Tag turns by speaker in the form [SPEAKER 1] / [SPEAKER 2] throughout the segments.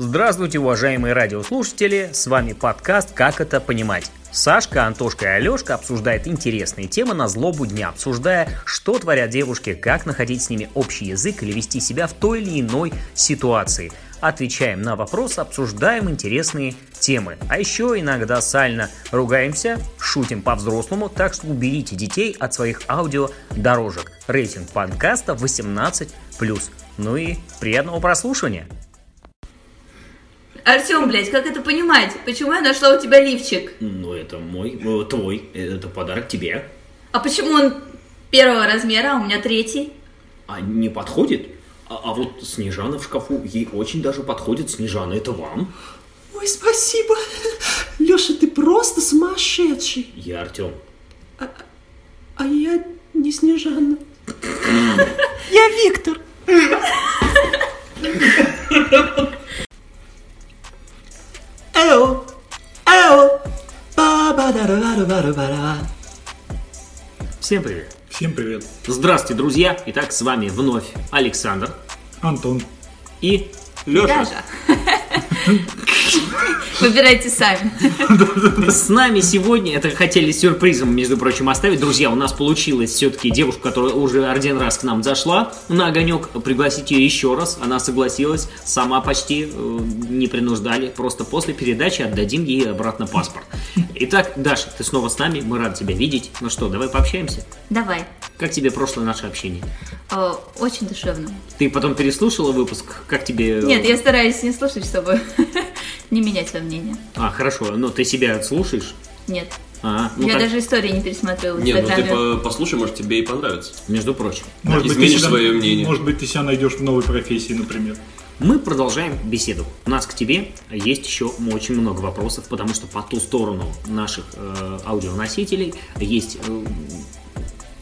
[SPEAKER 1] Здравствуйте, уважаемые радиослушатели! С вами подкаст «Как это понимать?». Сашка, Антошка и Алешка обсуждают интересные темы на злобу дня, обсуждая, что творят девушки, как находить с ними общий язык или вести себя в той или иной ситуации. Отвечаем на вопросы, обсуждаем интересные темы. А еще иногда сально ругаемся, шутим по-взрослому, так что уберите детей от своих аудиодорожек. Рейтинг подкаста 18+. Ну и приятного прослушивания!
[SPEAKER 2] Артем, блядь, как это понимать? Почему я нашла у тебя лифчик?
[SPEAKER 3] Ну, это мой, э, твой, это подарок тебе.
[SPEAKER 2] А почему он первого размера, а у меня третий?
[SPEAKER 3] А не подходит? А, а вот Снежана в шкафу, ей очень даже подходит Снежана, это вам.
[SPEAKER 4] Ой, спасибо. Леша, ты просто сумасшедший.
[SPEAKER 3] Я Артем.
[SPEAKER 4] А я не Снежана. Я Виктор. Эо, эо, ба-ба-да-ра-ра-ра-ра-ра.
[SPEAKER 1] Всем привет!
[SPEAKER 5] Всем привет,
[SPEAKER 3] Здравствуйте, друзья. Итак, с вами вновь Александр
[SPEAKER 5] Антон.
[SPEAKER 3] и Леша.
[SPEAKER 2] Даже. Выбирайте сами.
[SPEAKER 3] С нами сегодня, это хотели сюрпризом, между прочим, оставить. Друзья, у нас получилось все-таки девушку, которая уже один раз к нам зашла на огонек, пригласить ее еще раз. Она согласилась, сама почти э, не принуждали. Просто после передачи отдадим ей обратно паспорт. Итак, Даша, ты снова с нами, мы рады тебя видеть. Ну что, давай пообщаемся.
[SPEAKER 2] Давай.
[SPEAKER 3] Как тебе прошлое наше общение?
[SPEAKER 2] О, очень душевно.
[SPEAKER 3] Ты потом переслушала выпуск? Как тебе... э,
[SPEAKER 2] Нет, я стараюсь не слушать, чтобы не менять свое мнение.
[SPEAKER 3] А, хорошо, но ты себя слушаешь?
[SPEAKER 2] Нет.
[SPEAKER 3] А, ну
[SPEAKER 2] Я
[SPEAKER 3] как-
[SPEAKER 2] даже истории не пересматривала в
[SPEAKER 6] Не, ну ты
[SPEAKER 2] Инстаграме.
[SPEAKER 6] по- послушай, может тебе и понравится.
[SPEAKER 3] Между прочим.
[SPEAKER 6] изменишь свое мнение.
[SPEAKER 5] Может быть, ты себя найдешь в новой профессии, например.
[SPEAKER 3] Мы продолжаем беседу. У нас к тебе есть еще очень много вопросов, потому что по ту сторону наших э, аудионосителей есть э,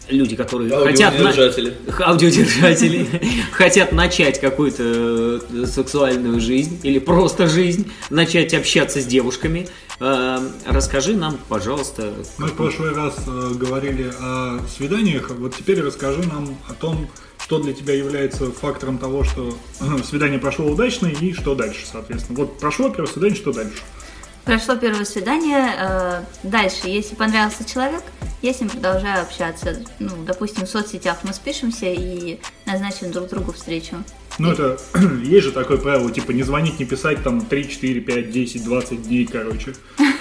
[SPEAKER 3] люди, которые
[SPEAKER 6] ну,
[SPEAKER 3] хотят... на-
[SPEAKER 6] Аудиодержатели.
[SPEAKER 3] Аудиодержатели хотят начать какую-то э, сексуальную жизнь или просто жизнь, начать общаться с девушками. Э, расскажи нам, пожалуйста,
[SPEAKER 5] Мы в прошлый раз э, говорили о свиданиях, вот теперь расскажи нам о том, что для тебя является фактором того, что э, свидание прошло удачно и что дальше, соответственно. Вот прошло первое свидание, что дальше?
[SPEAKER 2] Прошло первое свидание. э, Дальше, если понравился человек, я с ним продолжаю общаться. Ну, допустим, в соцсетях мы спишемся и назначим друг другу встречу.
[SPEAKER 5] Ну это, есть же такое правило, типа не звонить, не писать там 3, 4, 5, 10, 20 дней, короче.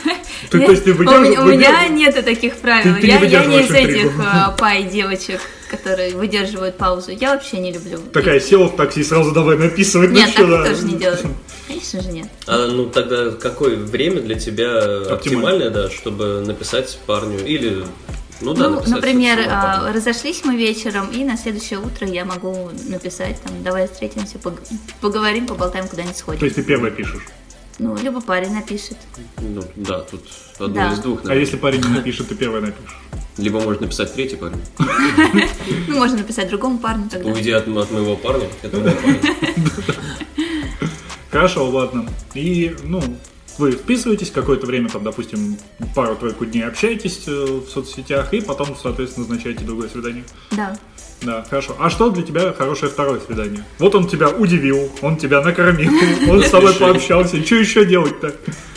[SPEAKER 5] Ты,
[SPEAKER 2] Нет,
[SPEAKER 5] то есть ты
[SPEAKER 2] у меня-
[SPEAKER 5] выдерживаешь-
[SPEAKER 2] у меня
[SPEAKER 5] выдерживаешь-
[SPEAKER 2] нет таких правил.
[SPEAKER 5] Ты- ты
[SPEAKER 2] я,
[SPEAKER 5] не
[SPEAKER 2] я не
[SPEAKER 5] выдерживаешь
[SPEAKER 2] из этих
[SPEAKER 5] интригу.
[SPEAKER 2] э, пай девочек, которые выдерживают паузу. Я вообще не люблю.
[SPEAKER 5] Такая села в такси, сразу давай написывать. ну
[SPEAKER 2] Нет, так
[SPEAKER 5] чё, да.
[SPEAKER 2] тоже не делают. Конечно же нет.
[SPEAKER 6] А ну тогда какое время для тебя
[SPEAKER 5] Оптимальное.
[SPEAKER 6] оптимальное, да, чтобы написать парню или ну да,
[SPEAKER 2] Ну,
[SPEAKER 6] написать,
[SPEAKER 2] например,
[SPEAKER 6] собственно,
[SPEAKER 2] э,
[SPEAKER 6] парню.
[SPEAKER 2] разошлись мы вечером, и на следующее утро я могу написать, там, давай встретимся, пог- поговорим, поболтаем, куда-нибудь
[SPEAKER 5] То
[SPEAKER 2] сходим.
[SPEAKER 5] есть ты первая пишешь.
[SPEAKER 2] Ну, либо парень напишет.
[SPEAKER 6] ну да, тут одно
[SPEAKER 2] Да.
[SPEAKER 6] из двух.
[SPEAKER 5] А
[SPEAKER 6] наверное.
[SPEAKER 5] если парень не напишет, ты первая напишешь.
[SPEAKER 6] Либо может написать третий парень.
[SPEAKER 2] Ну, можно написать другому парню тогда.
[SPEAKER 6] Уйди от, от моего парня, это мой парень.
[SPEAKER 5] Хорошо, ладно. И, ну, вы вписываетесь какое-то время, там, допустим, пару-тройку дней общаетесь э, в соцсетях, и потом, соответственно, назначаете другое свидание.
[SPEAKER 2] Да.
[SPEAKER 5] Да, хорошо. А что для тебя хорошее второе свидание? Вот он тебя удивил, он тебя накормил, он с тобой пообщался. Что еще делать-то?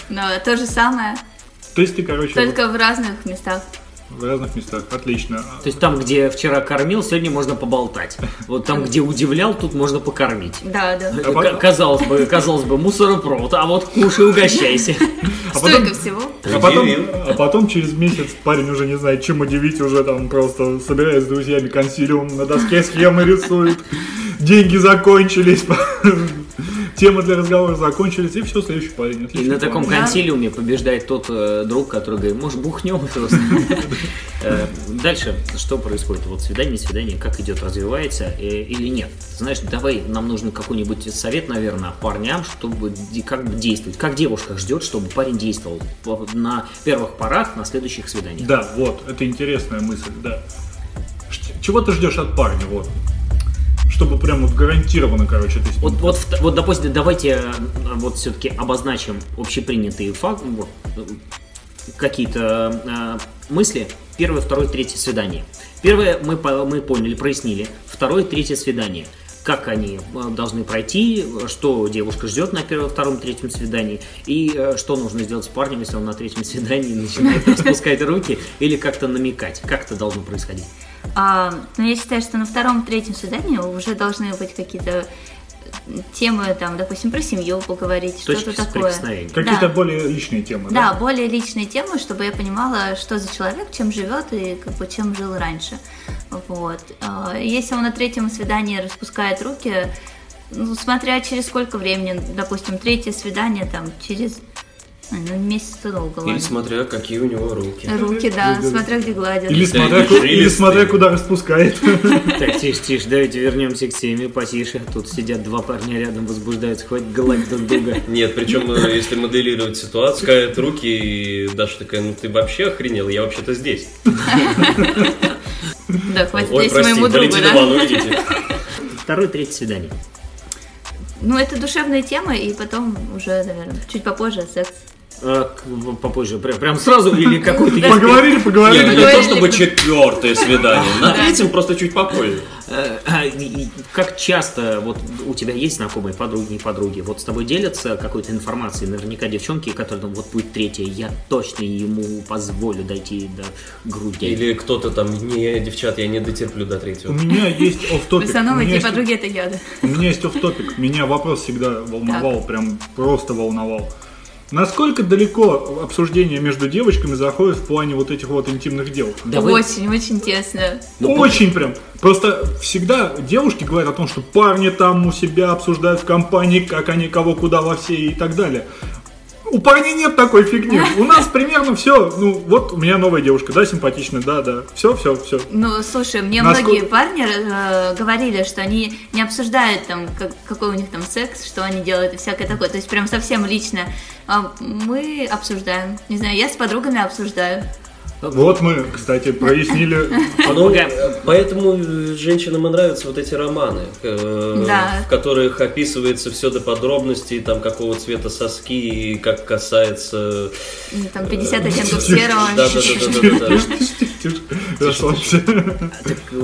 [SPEAKER 2] Но то же самое,
[SPEAKER 5] То есть ты, короче, вот
[SPEAKER 2] только в разных местах.
[SPEAKER 5] в разных местах. Отлично.
[SPEAKER 3] То есть там, где вчера кормил, сегодня можно поболтать. Вот там, где удивлял, тут можно покормить.
[SPEAKER 2] Да, да.
[SPEAKER 3] К-
[SPEAKER 5] потом-
[SPEAKER 3] Казалось бы, казалось бы, мусоропровод, а вот кушай, угощайся.
[SPEAKER 5] А потом-
[SPEAKER 2] Столько всего.
[SPEAKER 5] А потом,
[SPEAKER 6] Удивил.
[SPEAKER 5] а потом через месяц парень уже не знает, чем удивить, уже там просто собираясь с друзьями консилиум, на доске схемы рисует, деньги закончились, темы для разговора закончились, и все, следующий парень.
[SPEAKER 3] И
[SPEAKER 5] Отлично.
[SPEAKER 3] на таком
[SPEAKER 2] Да.
[SPEAKER 3] консилиуме побеждает тот э, друг, который говорит, может, бухнем просто. Э, Дальше, что происходит? Вот свидание, не свидание, как идет, развивается э, или нет? Знаешь, давай, нам нужен какой-нибудь совет, наверное, парням, чтобы де- как бы действовать. Как девушка ждет, чтобы парень действовал по- на первых порах, на следующих свиданиях?
[SPEAKER 5] Да, вот, это интересная мысль, да. Ш- Чего ты ждешь от парня, вот? Чтобы прям вот гарантированно, короче, ты с ним-
[SPEAKER 3] Вот, вот, в- вот, допустим, давайте э, вот все-таки обозначим общепринятые факты, ну, э, какие-то э, мысли. Первое, второе, третье свидание. Первое мы, по- мы поняли, прояснили. Второе, третье свидание. как они э, должны пройти, э, что девушка ждет на первом, втором, третьем свидании, и э, что нужно сделать с парнем, если он на третьем свидании начинает распускать руки или как-то намекать, как это должно происходить.
[SPEAKER 2] А, но я считаю, что на втором, третьем свидании уже должны быть какие-то э, темы, там, допустим, про семью поговорить,
[SPEAKER 3] Точки
[SPEAKER 2] что-то такое.
[SPEAKER 3] соприкосновения.
[SPEAKER 5] Какие-то
[SPEAKER 2] Да.
[SPEAKER 5] более личные темы,
[SPEAKER 2] Да,
[SPEAKER 5] да?
[SPEAKER 2] более личные темы, чтобы я понимала, что за человек, чем живет и как бы чем жил раньше. Вот. А, Если он на третьем свидании распускает руки, ну, смотря через сколько времени, допустим, третье свидание там через ой, ну, месяц это долго,
[SPEAKER 6] Или
[SPEAKER 2] ладно.
[SPEAKER 6] смотря, какие у него руки.
[SPEAKER 2] Руки, да, смотря где гладят.
[SPEAKER 5] Или смотря, ку-
[SPEAKER 6] жилистые.
[SPEAKER 5] или смотря куда распускает.
[SPEAKER 3] Так, тише, тише, давайте вернемся к теме потише. Тут сидят два парня рядом, возбуждаются, хватит гладить друг друга.
[SPEAKER 6] Нет, причем, э, если моделировать ситуацию, кают руки, и Даша такая, ну ты вообще охренел, я вообще-то здесь.
[SPEAKER 2] Да, хватит,
[SPEAKER 6] Ой,
[SPEAKER 2] если
[SPEAKER 6] прости,
[SPEAKER 2] моему другу,
[SPEAKER 6] Валентина
[SPEAKER 2] да.
[SPEAKER 6] Ивановна, идите.
[SPEAKER 3] Второе, третье свидание.
[SPEAKER 2] Ну, это душевная тема, и потом уже, наверное, чуть попозже секс.
[SPEAKER 3] Э, к- Попозже, прям, прям сразу или какой-то есть
[SPEAKER 5] Поговорили,
[SPEAKER 6] Нет,
[SPEAKER 5] поговорили.
[SPEAKER 6] не то чтобы четвертое свидание, на третьем просто чуть попозже.
[SPEAKER 3] Э, а, и- и Как часто вот у тебя есть знакомые подруги и подруги, вот с тобой делятся какой-то информацией, наверняка девчонки, которые там, вот будет третья, я точно ему позволю дойти до груди.
[SPEAKER 6] Или кто-то там, не, девчат, я не дотерплю до
[SPEAKER 5] У
[SPEAKER 6] третьего.
[SPEAKER 5] меня есть
[SPEAKER 2] В
[SPEAKER 5] офф-топик. У
[SPEAKER 2] основном
[SPEAKER 5] меня
[SPEAKER 2] эти
[SPEAKER 5] есть-
[SPEAKER 2] подруги типа, это я, да.
[SPEAKER 5] у меня есть офф-топик. Меня вопрос всегда волновал, прям просто волновал. Насколько далеко обсуждение между девочками заходит в плане вот этих вот интимных дел?
[SPEAKER 3] Да вы-
[SPEAKER 2] Очень, очень тесно.
[SPEAKER 5] Очень прям. Просто всегда девушки говорят о том, что парни там у себя обсуждают в компании, как они кого куда во все и так далее. У парней нет такой фигни. У нас примерно все. Ну, вот у меня новая девушка, да, симпатичная, да, да. Все, все, все.
[SPEAKER 2] Ну, слушай, мне
[SPEAKER 5] Насколько-
[SPEAKER 2] многие парни э, говорили, что они не обсуждают там, как- какой у них там секс, что они делают и всякое такое. То есть прям совсем лично. А мы обсуждаем. Не знаю, я с подругами обсуждаю.
[SPEAKER 5] Вот мы, кстати, прояснили.
[SPEAKER 6] Ну,
[SPEAKER 3] Пока.
[SPEAKER 6] поэтому э, женщинам и нравятся вот эти романы, э,
[SPEAKER 2] Да.
[SPEAKER 6] в которых описывается все до подробностей, там какого цвета соски и как касается...
[SPEAKER 2] Ну, Там
[SPEAKER 3] Э,
[SPEAKER 2] 50 оттенков серого.
[SPEAKER 6] Да-да-да-да-да.
[SPEAKER 5] Расслабься.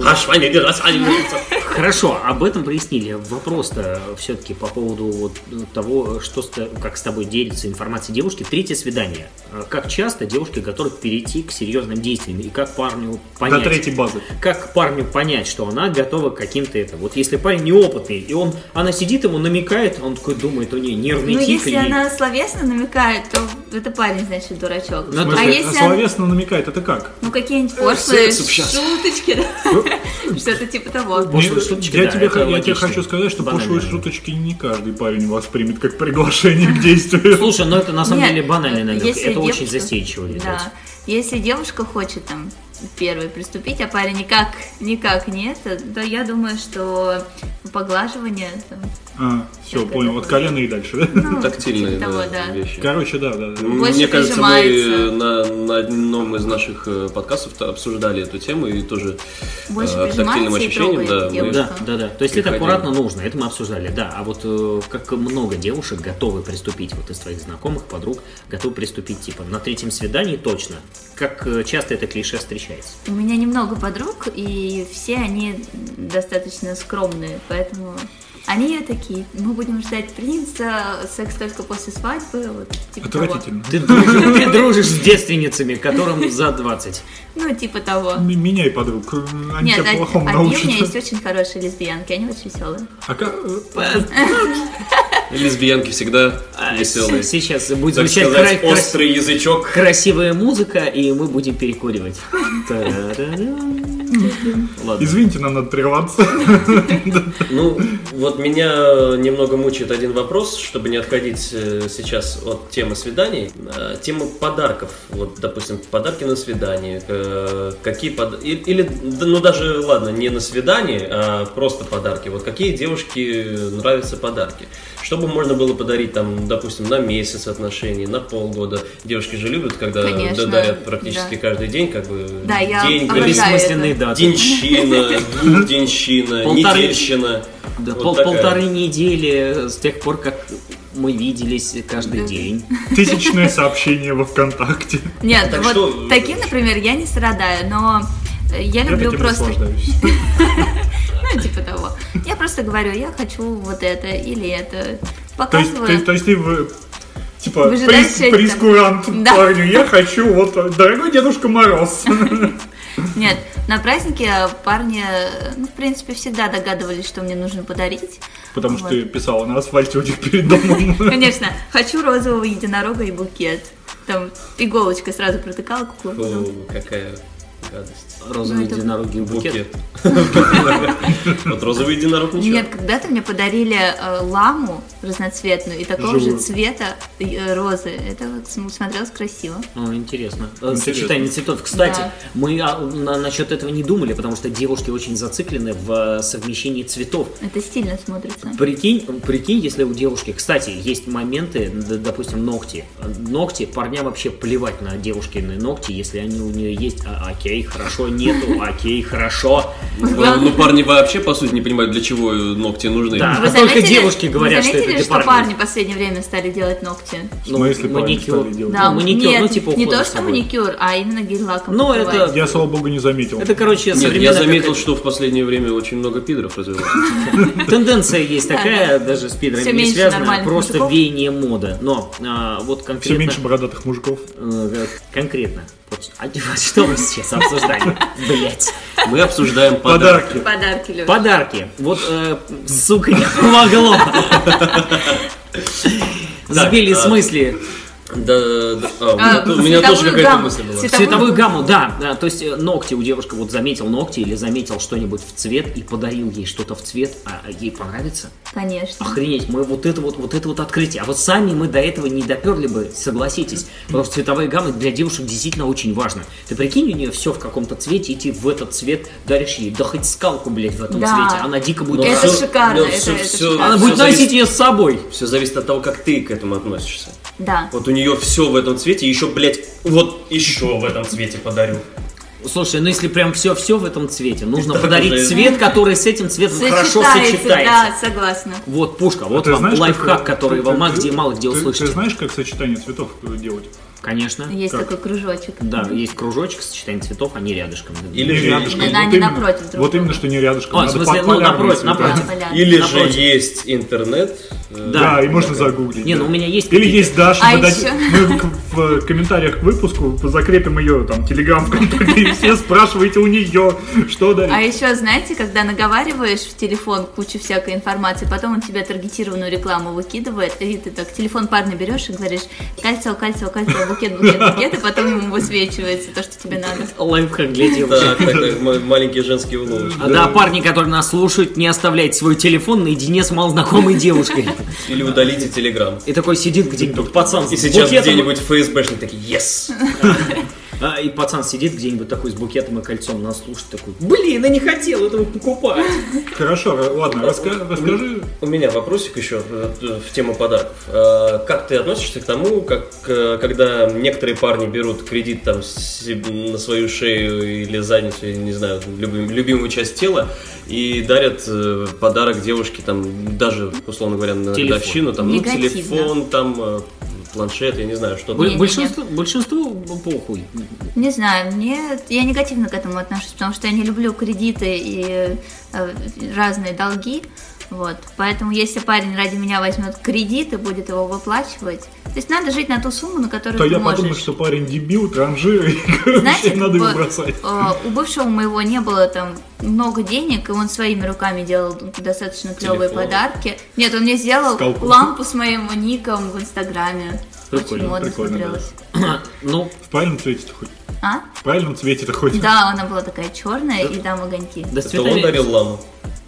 [SPEAKER 6] А, швани, да, швани.
[SPEAKER 3] Хорошо, об этом прояснили. Вопрос-то все-таки по поводу вот ну, того, что с т- как с тобой делится информация девушки. Третье свидание. Э, Как часто девушки готовы перейти к серьезным действиям и как парню
[SPEAKER 5] До
[SPEAKER 3] понять?
[SPEAKER 5] третьей базы.
[SPEAKER 3] как парню понять, что она готова к каким-то это. Вот если парень неопытный, и он, она сидит, ему намекает, он такой думает, у нее нервный
[SPEAKER 2] Ну,
[SPEAKER 3] тик.
[SPEAKER 2] если
[SPEAKER 3] или-
[SPEAKER 2] она словесно намекает, то это парень, значит, дурачок.
[SPEAKER 3] Ну,
[SPEAKER 5] Смотри,
[SPEAKER 2] а если она-
[SPEAKER 5] словесно намекает, это как?
[SPEAKER 2] Ну,
[SPEAKER 3] Э,
[SPEAKER 2] какие-нибудь пошлые
[SPEAKER 6] сексом щас.
[SPEAKER 2] шуточки,
[SPEAKER 3] Ну,
[SPEAKER 2] да? Что-то типа того.
[SPEAKER 3] Пошлые
[SPEAKER 5] Не,
[SPEAKER 3] шуточки,
[SPEAKER 5] я
[SPEAKER 3] да,
[SPEAKER 5] тебе,
[SPEAKER 3] это
[SPEAKER 5] я тебе
[SPEAKER 3] логично.
[SPEAKER 5] хочу сказать, что
[SPEAKER 3] Банально.
[SPEAKER 5] пошлые шуточки не каждый парень воспримет как приглашение к действию.
[SPEAKER 3] Слушай, ну это на самом
[SPEAKER 2] Нет, э,
[SPEAKER 3] деле банальный намек. Это
[SPEAKER 2] если
[SPEAKER 3] очень
[SPEAKER 2] девушка-
[SPEAKER 3] застенчиво, ребят.
[SPEAKER 2] Да. Если девушка хочет там первой приступить, а парень никак, никак нет, то я думаю, что поглаживание там,
[SPEAKER 5] А, все,
[SPEAKER 2] Это
[SPEAKER 5] понял. От
[SPEAKER 2] такое.
[SPEAKER 5] колена и дальше, да?
[SPEAKER 2] ну,
[SPEAKER 6] Тактильные
[SPEAKER 2] типа того,
[SPEAKER 6] да, вещи.
[SPEAKER 5] Короче, да, да. да.
[SPEAKER 2] Больше
[SPEAKER 6] Мне кажется, мы
[SPEAKER 2] прижимается.
[SPEAKER 6] на, на одном из наших э, подкастов обсуждали эту тему и тоже
[SPEAKER 2] Больше
[SPEAKER 6] э, к тактильным
[SPEAKER 2] прижимается и
[SPEAKER 6] ощущениям,
[SPEAKER 2] трогает
[SPEAKER 6] да, мы-
[SPEAKER 2] девушку.
[SPEAKER 3] Да, да, да. То есть это
[SPEAKER 6] Приходили.
[SPEAKER 3] аккуратно нужно, это мы обсуждали, да. А вот э, как много девушек готовы приступить, вот из твоих знакомых, подруг, готовы приступить, типа, на третьем свидании точно. Как э, часто это клише встречается?
[SPEAKER 2] У меня немного подруг, и все они достаточно скромные, поэтому они такие, мы будем ждать принца, секс только после свадьбы, вот типа того.
[SPEAKER 5] Отвратительно.
[SPEAKER 3] Ты дружишь, ты дружишь с девственницами, которым за 20.
[SPEAKER 2] Ну, типа того.
[SPEAKER 5] М- Меняй подруг. Они
[SPEAKER 2] Нет,
[SPEAKER 5] тебя
[SPEAKER 2] од-
[SPEAKER 5] плохому
[SPEAKER 2] одни у меня есть
[SPEAKER 5] научат.
[SPEAKER 2] очень хорошие лесбиянки, они очень веселые.
[SPEAKER 5] А как... э,
[SPEAKER 6] Лесбиянки всегда
[SPEAKER 3] А,
[SPEAKER 6] веселые.
[SPEAKER 3] с- Сейчас будет
[SPEAKER 6] Так
[SPEAKER 3] звучать
[SPEAKER 6] сказать,
[SPEAKER 3] край- крас-
[SPEAKER 6] острый язычок.
[SPEAKER 3] красивая музыка, и мы будем перекуривать. Та-да-дам. Ладно.
[SPEAKER 5] Извините, нам надо прерваться.
[SPEAKER 6] Ну, вот меня немного мучает один вопрос, чтобы не отходить э, сейчас от темы свиданий. Э, Тема подарков. Вот, допустим, подарки на свидание. э, Какие под... и- Или, да, ну, даже, ладно, не на свидание, а просто подарки. Вот какие девушке нравятся подарки? Чтобы можно было подарить, там, допустим, на месяц отношений, на полгода. Девушки же любят, когда
[SPEAKER 2] Конечно,
[SPEAKER 6] дарят практически
[SPEAKER 2] да.
[SPEAKER 6] каждый день, как бы,
[SPEAKER 2] Да, я
[SPEAKER 6] деньги,
[SPEAKER 2] обожаю.
[SPEAKER 3] Бессмысленные
[SPEAKER 2] это.
[SPEAKER 3] даты.
[SPEAKER 6] Денщина, двухденщина,
[SPEAKER 3] Полторы-
[SPEAKER 6] недельщина.
[SPEAKER 3] Да,
[SPEAKER 6] Вот
[SPEAKER 3] пол-
[SPEAKER 6] такая.
[SPEAKER 3] Полторы недели с тех пор, как мы виделись каждый день.
[SPEAKER 2] Ну,
[SPEAKER 5] Тысячное сообщение во ВКонтакте.
[SPEAKER 2] Нет,
[SPEAKER 6] Так
[SPEAKER 2] вот
[SPEAKER 6] что-
[SPEAKER 2] таким, например, я не страдаю, но э, я
[SPEAKER 5] Я
[SPEAKER 2] люблю
[SPEAKER 5] таким
[SPEAKER 2] просто...
[SPEAKER 5] наслаждаюсь.
[SPEAKER 2] Ну, Ну, типа того. Я просто говорю, я хочу вот это или это.
[SPEAKER 5] То есть, то,
[SPEAKER 2] Показываю.
[SPEAKER 5] есть, то есть ты в- типа
[SPEAKER 2] Выжидаешь
[SPEAKER 5] приз-
[SPEAKER 2] эти там-
[SPEAKER 5] прискурант,
[SPEAKER 2] Да.
[SPEAKER 5] парню, я хочу вот дорогой Дедушка Мороз.
[SPEAKER 2] Нет, на празднике парни, ну, в принципе, всегда догадывались, что мне нужно подарить.
[SPEAKER 5] Потому что
[SPEAKER 2] Вот.
[SPEAKER 5] ты писала на асфальте у них перед домом.
[SPEAKER 2] Конечно, хочу розового единорога и букет. Там иголочкой сразу протыкала кукурузу.
[SPEAKER 6] Фу, какая гадость.
[SPEAKER 3] Розовый
[SPEAKER 2] Ну, это-
[SPEAKER 3] единорогий букет.
[SPEAKER 6] Букет. Вот розовый единорог ничего.
[SPEAKER 2] Нет, когда-то мне подарили э, ламу разноцветную и такого же
[SPEAKER 5] Живую.
[SPEAKER 2] цвета э, розы. Это вот см- смотрелось красиво.
[SPEAKER 3] Ну, интересно. Э,
[SPEAKER 5] Интересно.
[SPEAKER 3] Сочетание цветов. Кстати,
[SPEAKER 2] Да.
[SPEAKER 3] мы а, на- насчет этого не думали, потому что девушки очень зациклены в э, совмещении цветов.
[SPEAKER 2] Это стильно смотрится.
[SPEAKER 3] Прикинь, прикинь, если у девушки, кстати, есть моменты, д- допустим, ногти. Ногти, парня вообще плевать на девушкины ногти, если они у нее есть, а, окей, хорошо, нету, окей, хорошо.
[SPEAKER 6] Ну, ну, парни вообще, по сути, не понимают, для чего ногти нужны.
[SPEAKER 3] Да. А только девушки говорят,
[SPEAKER 2] вы
[SPEAKER 3] что это
[SPEAKER 2] заметили,
[SPEAKER 3] для
[SPEAKER 2] что парни.
[SPEAKER 3] парней.
[SPEAKER 2] в последнее время стали делать ногти?
[SPEAKER 3] Ну,
[SPEAKER 5] В смысле, парни
[SPEAKER 3] маникюр.
[SPEAKER 5] стали делать?
[SPEAKER 3] Да, маникюр,
[SPEAKER 2] нет,
[SPEAKER 3] ну типа
[SPEAKER 2] не
[SPEAKER 3] уход
[SPEAKER 2] то,
[SPEAKER 3] за
[SPEAKER 2] что
[SPEAKER 3] собой.
[SPEAKER 2] маникюр, а именно гель-лаком.
[SPEAKER 3] Ну,
[SPEAKER 2] покрывает.
[SPEAKER 3] это-
[SPEAKER 5] Я, слава богу, не заметил.
[SPEAKER 3] Это, короче,
[SPEAKER 6] Нет,
[SPEAKER 3] современная
[SPEAKER 6] я заметил,
[SPEAKER 3] какая-то
[SPEAKER 6] что в последнее время очень много пидоров развелось.
[SPEAKER 3] Тенденция есть такая, даже с пидорами
[SPEAKER 2] Всё
[SPEAKER 3] не
[SPEAKER 2] меньше
[SPEAKER 3] связана,
[SPEAKER 2] нормальных
[SPEAKER 3] просто
[SPEAKER 2] мужиков.
[SPEAKER 3] веяние моды. Но а, вот
[SPEAKER 5] Все
[SPEAKER 3] конкретно...
[SPEAKER 5] меньше бородатых мужиков.
[SPEAKER 3] э, конкретно. Вот, а что мы сейчас обсуждаем? Блять.
[SPEAKER 6] Мы обсуждаем подарки.
[SPEAKER 5] Подарки.
[SPEAKER 2] Подарки Лёш.
[SPEAKER 3] Подарки. Вот, э, сука, не помогло. Сбили с мысли
[SPEAKER 6] Да, да, а,
[SPEAKER 2] А,
[SPEAKER 6] у меня то- у меня тоже
[SPEAKER 2] цветовую
[SPEAKER 6] какая-то
[SPEAKER 2] гамму.
[SPEAKER 6] мысль была.
[SPEAKER 2] Цветовую
[SPEAKER 3] цветовую гамму, да, да, то есть э, ногти у девушки, вот заметил ногти или заметил что-нибудь в цвет и подарил ей что-то в цвет, а а ей понравится?
[SPEAKER 2] Конечно.
[SPEAKER 3] Охренеть, мы вот это вот, вот это вот открытие. А вот сами мы до этого не доперли бы, согласитесь. Потому что цветовые гаммы для девушек действительно очень важно. Ты прикинь, у нее все в каком-то цвете, и ты в этот цвет даришь ей, да хоть скалку, блядь, в этом
[SPEAKER 2] Да.
[SPEAKER 3] цвете. Она дико будет...
[SPEAKER 6] Ну,
[SPEAKER 2] Это
[SPEAKER 6] всё-
[SPEAKER 2] шикарно,
[SPEAKER 6] ну,
[SPEAKER 2] это-
[SPEAKER 6] всё-
[SPEAKER 2] это
[SPEAKER 6] всё-
[SPEAKER 2] шикарно.
[SPEAKER 3] Она
[SPEAKER 6] всё
[SPEAKER 3] будет
[SPEAKER 6] зависит-
[SPEAKER 3] носить ее с собой.
[SPEAKER 6] Все зависит от того, как ты к этому относишься.
[SPEAKER 2] Да.
[SPEAKER 6] Вот у нее все в этом цвете, еще, блядь, вот еще в этом цвете подарю.
[SPEAKER 3] Слушай, ну если прям все-все в этом цвете, нужно
[SPEAKER 6] Так
[SPEAKER 3] подарить
[SPEAKER 6] уже-
[SPEAKER 3] цвет, который с этим цветом хорошо сочетается.
[SPEAKER 2] Да, согласна.
[SPEAKER 3] Вот пушка, вот
[SPEAKER 5] Ты
[SPEAKER 3] вам
[SPEAKER 5] знаешь, как-
[SPEAKER 3] лайфхак, который
[SPEAKER 5] ты-
[SPEAKER 3] вам мало
[SPEAKER 5] ты-
[SPEAKER 3] где, мало где
[SPEAKER 5] ты-
[SPEAKER 3] услышите.
[SPEAKER 5] Ты знаешь, как сочетание цветов делать?
[SPEAKER 3] Конечно.
[SPEAKER 2] Есть
[SPEAKER 5] Как?
[SPEAKER 2] такой кружочек.
[SPEAKER 3] Да, есть кружочек, сочетание цветов, они рядышком.
[SPEAKER 6] Или
[SPEAKER 5] Не
[SPEAKER 6] же-
[SPEAKER 5] рядышком.
[SPEAKER 2] Да,
[SPEAKER 5] Вот
[SPEAKER 2] они
[SPEAKER 5] именно-
[SPEAKER 2] напротив друг
[SPEAKER 5] Вот
[SPEAKER 2] друга.
[SPEAKER 5] именно, что не рядышком.
[SPEAKER 3] А, в
[SPEAKER 5] Надо
[SPEAKER 3] смысле,
[SPEAKER 5] по-
[SPEAKER 3] ну,
[SPEAKER 5] полярные
[SPEAKER 3] напротив,
[SPEAKER 5] цвета.
[SPEAKER 3] напротив.
[SPEAKER 2] Поляна.
[SPEAKER 6] Или же
[SPEAKER 3] Напротив.
[SPEAKER 6] есть интернет. э,
[SPEAKER 5] Да,
[SPEAKER 3] Да.
[SPEAKER 5] и можно загуглить.
[SPEAKER 3] Не, ну у меня есть...
[SPEAKER 5] Или
[SPEAKER 3] какие-то-
[SPEAKER 5] есть Даша,
[SPEAKER 2] А
[SPEAKER 5] мы, дад-
[SPEAKER 2] ещё?
[SPEAKER 5] мы к- в комментариях к выпуску закрепим ее там телеграм ВКонтакте, и все спрашивайте у нее, что
[SPEAKER 2] А
[SPEAKER 5] дарить.
[SPEAKER 2] еще, знаете, когда наговариваешь в телефон кучу всякой информации, потом он тебе таргетированную рекламу выкидывает, и ты так телефон парня берешь и говоришь кольцо, кольцо, кольцо, букет, букет, букет, и потом ему высвечивается то, что тебе надо.
[SPEAKER 3] Лайфхак для девушек.
[SPEAKER 6] Так, так, так, м- маленькие женские уловочки.
[SPEAKER 3] А, Да, парни, которые нас слушают, не оставляйте свой телефон наедине с малознакомой девушкой.
[SPEAKER 6] Или удалите телеграм.
[SPEAKER 3] И такой сидит где-нибудь пацан с
[SPEAKER 6] И сейчас
[SPEAKER 3] букетом.
[SPEAKER 6] где-нибудь ФСБшник такие, ес!
[SPEAKER 3] А, и пацан сидит где-нибудь такой с букетом и кольцом нас слушает такой. Блин, я не хотел этого покупать.
[SPEAKER 5] Хорошо, ра- ладно, раска- расскажи.
[SPEAKER 6] У меня вопросик еще э, в тему подарков. Э, Как ты относишься к тому, как, э, когда некоторые парни берут кредит там себе на свою шею или задницу, я не знаю, любим- любимую часть тела и дарят э, подарок девушке там даже, условно говоря, на
[SPEAKER 3] Телефон.
[SPEAKER 6] годовщину, там, ну,
[SPEAKER 2] Негативно.
[SPEAKER 6] телефон, там, э, планшет, я не знаю, что.
[SPEAKER 3] Б-
[SPEAKER 2] Не-не-не.
[SPEAKER 3] Большинство, большинство похуй.
[SPEAKER 2] Не знаю, мне я негативно к этому отношусь, потому что я не люблю кредиты и э, разные долги. Вот. Поэтому если парень ради меня возьмет кредит и будет его выплачивать, то есть надо жить на ту сумму, на которую
[SPEAKER 5] То
[SPEAKER 2] ты
[SPEAKER 5] я
[SPEAKER 2] можешь.
[SPEAKER 5] подумал, что парень дебил, транжир, и короче,
[SPEAKER 2] Знаете,
[SPEAKER 5] надо его
[SPEAKER 2] вот,
[SPEAKER 5] бросать.
[SPEAKER 2] э, у бывшего моего не было там много денег, и он своими руками делал достаточно клевые
[SPEAKER 6] Телефон.
[SPEAKER 2] подарки. Нет, он мне сделал
[SPEAKER 5] Скалку.
[SPEAKER 2] лампу с моим ником в Инстаграме.
[SPEAKER 5] Прикольно,
[SPEAKER 2] Очень модно
[SPEAKER 5] прикольно, да.
[SPEAKER 2] смотрелось.
[SPEAKER 3] Ну,
[SPEAKER 5] В правильном цвете-то хоть?
[SPEAKER 2] А?
[SPEAKER 5] В правильном цвете-то хоть?
[SPEAKER 2] Да, она была такая черная, и там огоньки.
[SPEAKER 3] да с
[SPEAKER 6] Это он
[SPEAKER 3] цветами-
[SPEAKER 6] дарил ламу.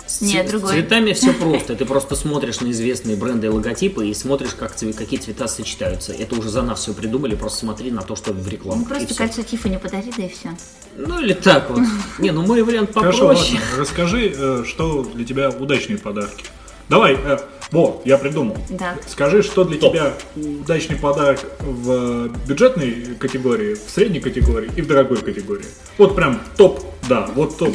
[SPEAKER 3] с
[SPEAKER 2] Нет,
[SPEAKER 3] цве-
[SPEAKER 2] другой.
[SPEAKER 3] с цветами все просто. Ты просто смотришь на известные бренды и логотипы и смотришь, как цве- какие цвета сочетаются. Это уже за нас все придумали, просто смотри на то, что в
[SPEAKER 2] Ну,
[SPEAKER 3] рекламах. и
[SPEAKER 2] просто
[SPEAKER 3] всё.
[SPEAKER 2] кольцо Тиффани подари, да и все.
[SPEAKER 3] Ну или так вот. Не, ну мой вариант
[SPEAKER 5] Хорошо,
[SPEAKER 3] попроще.
[SPEAKER 5] ладно, расскажи, э, что для тебя удачные подарки. Давай, э, во, я придумал.
[SPEAKER 2] Да.
[SPEAKER 5] Скажи, что для
[SPEAKER 6] Топ.
[SPEAKER 5] тебя удачный подарок в э, бюджетной категории, в средней категории и в дорогой категории. Вот прям топ, да, вот топ.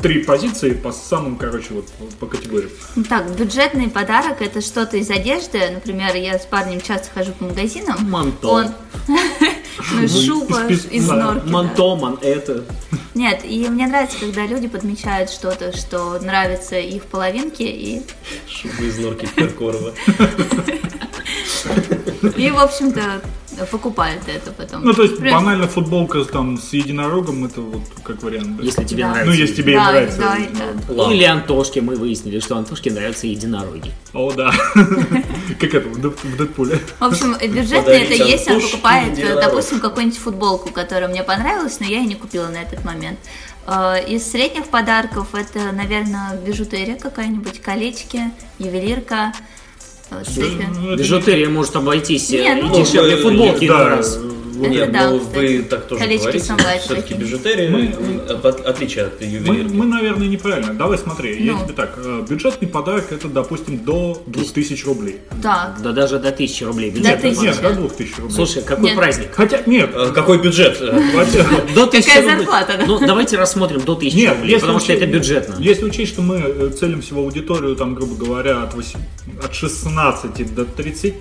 [SPEAKER 5] Три позиции по самым, короче, вот по категориям.
[SPEAKER 2] Ну Так, бюджетный подарок это что-то из одежды. Например, я с парнем часто хожу по магазинам.
[SPEAKER 3] Манто.
[SPEAKER 2] Он... Ну, шуба
[SPEAKER 5] из- из-
[SPEAKER 2] из
[SPEAKER 5] да,
[SPEAKER 2] норки. да.
[SPEAKER 3] Мантоман, это.
[SPEAKER 2] Нет, и мне нравится, когда люди подмечают что-то, что нравится их половинке, и,
[SPEAKER 6] Шубы из норки Киркорова.
[SPEAKER 2] и в общем-то, покупают это потом.
[SPEAKER 5] Ну, то есть,
[SPEAKER 2] Прям-
[SPEAKER 5] банально футболка там с единорогом, это вот как вариант. да.
[SPEAKER 3] Если тебе
[SPEAKER 2] Да.
[SPEAKER 5] Ну,
[SPEAKER 3] нравится.
[SPEAKER 5] если тебе и
[SPEAKER 2] да,
[SPEAKER 5] нравится.
[SPEAKER 2] да, да.
[SPEAKER 5] Ну,
[SPEAKER 6] Лам.
[SPEAKER 3] Или Антошке, мы выяснили, что Антошке нравятся единороги.
[SPEAKER 5] О, да. Как это, в Дэд- в Дэдпуле.
[SPEAKER 2] В общем, бюджетный
[SPEAKER 6] Подарить
[SPEAKER 2] это есть, он
[SPEAKER 6] Антошке
[SPEAKER 2] покупает, э,
[SPEAKER 6] единорог.
[SPEAKER 2] допустим, какую-нибудь футболку, которая мне понравилась, но я ее не купила на этот момент. Э, Из средних подарков это, наверное, бижутерия какая-нибудь, колечки, ювелирка, э, цепи.
[SPEAKER 5] Ну, это не-
[SPEAKER 3] Бижутерия может обойтись э,
[SPEAKER 2] Не, ну,
[SPEAKER 3] дешевле
[SPEAKER 6] ну,
[SPEAKER 3] футболки
[SPEAKER 5] да.
[SPEAKER 3] на раз.
[SPEAKER 6] Нет,
[SPEAKER 2] Это да,
[SPEAKER 6] ну
[SPEAKER 2] кстати.
[SPEAKER 6] вы так тоже
[SPEAKER 2] Колечки
[SPEAKER 6] говорите.
[SPEAKER 2] самбать
[SPEAKER 6] Все-таки
[SPEAKER 2] такие.
[SPEAKER 6] бижутерия,
[SPEAKER 5] Мы-
[SPEAKER 6] э, от- отличие от
[SPEAKER 5] Мы,
[SPEAKER 6] ювелирки.
[SPEAKER 5] мы, наверное, неправильно. Давай смотри, я
[SPEAKER 2] Ну.
[SPEAKER 5] тебе так. э, Бюджетный подарок это, допустим, до 2000 рублей.
[SPEAKER 2] Да,
[SPEAKER 3] Да даже до 1000 рублей.
[SPEAKER 2] До
[SPEAKER 5] нет,
[SPEAKER 3] бюджетный
[SPEAKER 2] 1000.
[SPEAKER 5] нет,
[SPEAKER 3] подарок.
[SPEAKER 5] до 2000 рублей.
[SPEAKER 3] Слушай, какой
[SPEAKER 2] Нет.
[SPEAKER 3] праздник?
[SPEAKER 5] Хотя, нет,
[SPEAKER 6] Э, Какой бюджет? Э,
[SPEAKER 5] во-первых,
[SPEAKER 3] До 1000 рублей.
[SPEAKER 2] зарплата, да?
[SPEAKER 3] Ну, давайте рассмотрим до 1000
[SPEAKER 5] нет,
[SPEAKER 3] рублей,
[SPEAKER 5] если
[SPEAKER 3] потому что
[SPEAKER 5] учесть-
[SPEAKER 3] это бюджетно.
[SPEAKER 5] Если учесть, что мы э, целим всего аудиторию, там, грубо говоря, от, восем- от 16 до 30,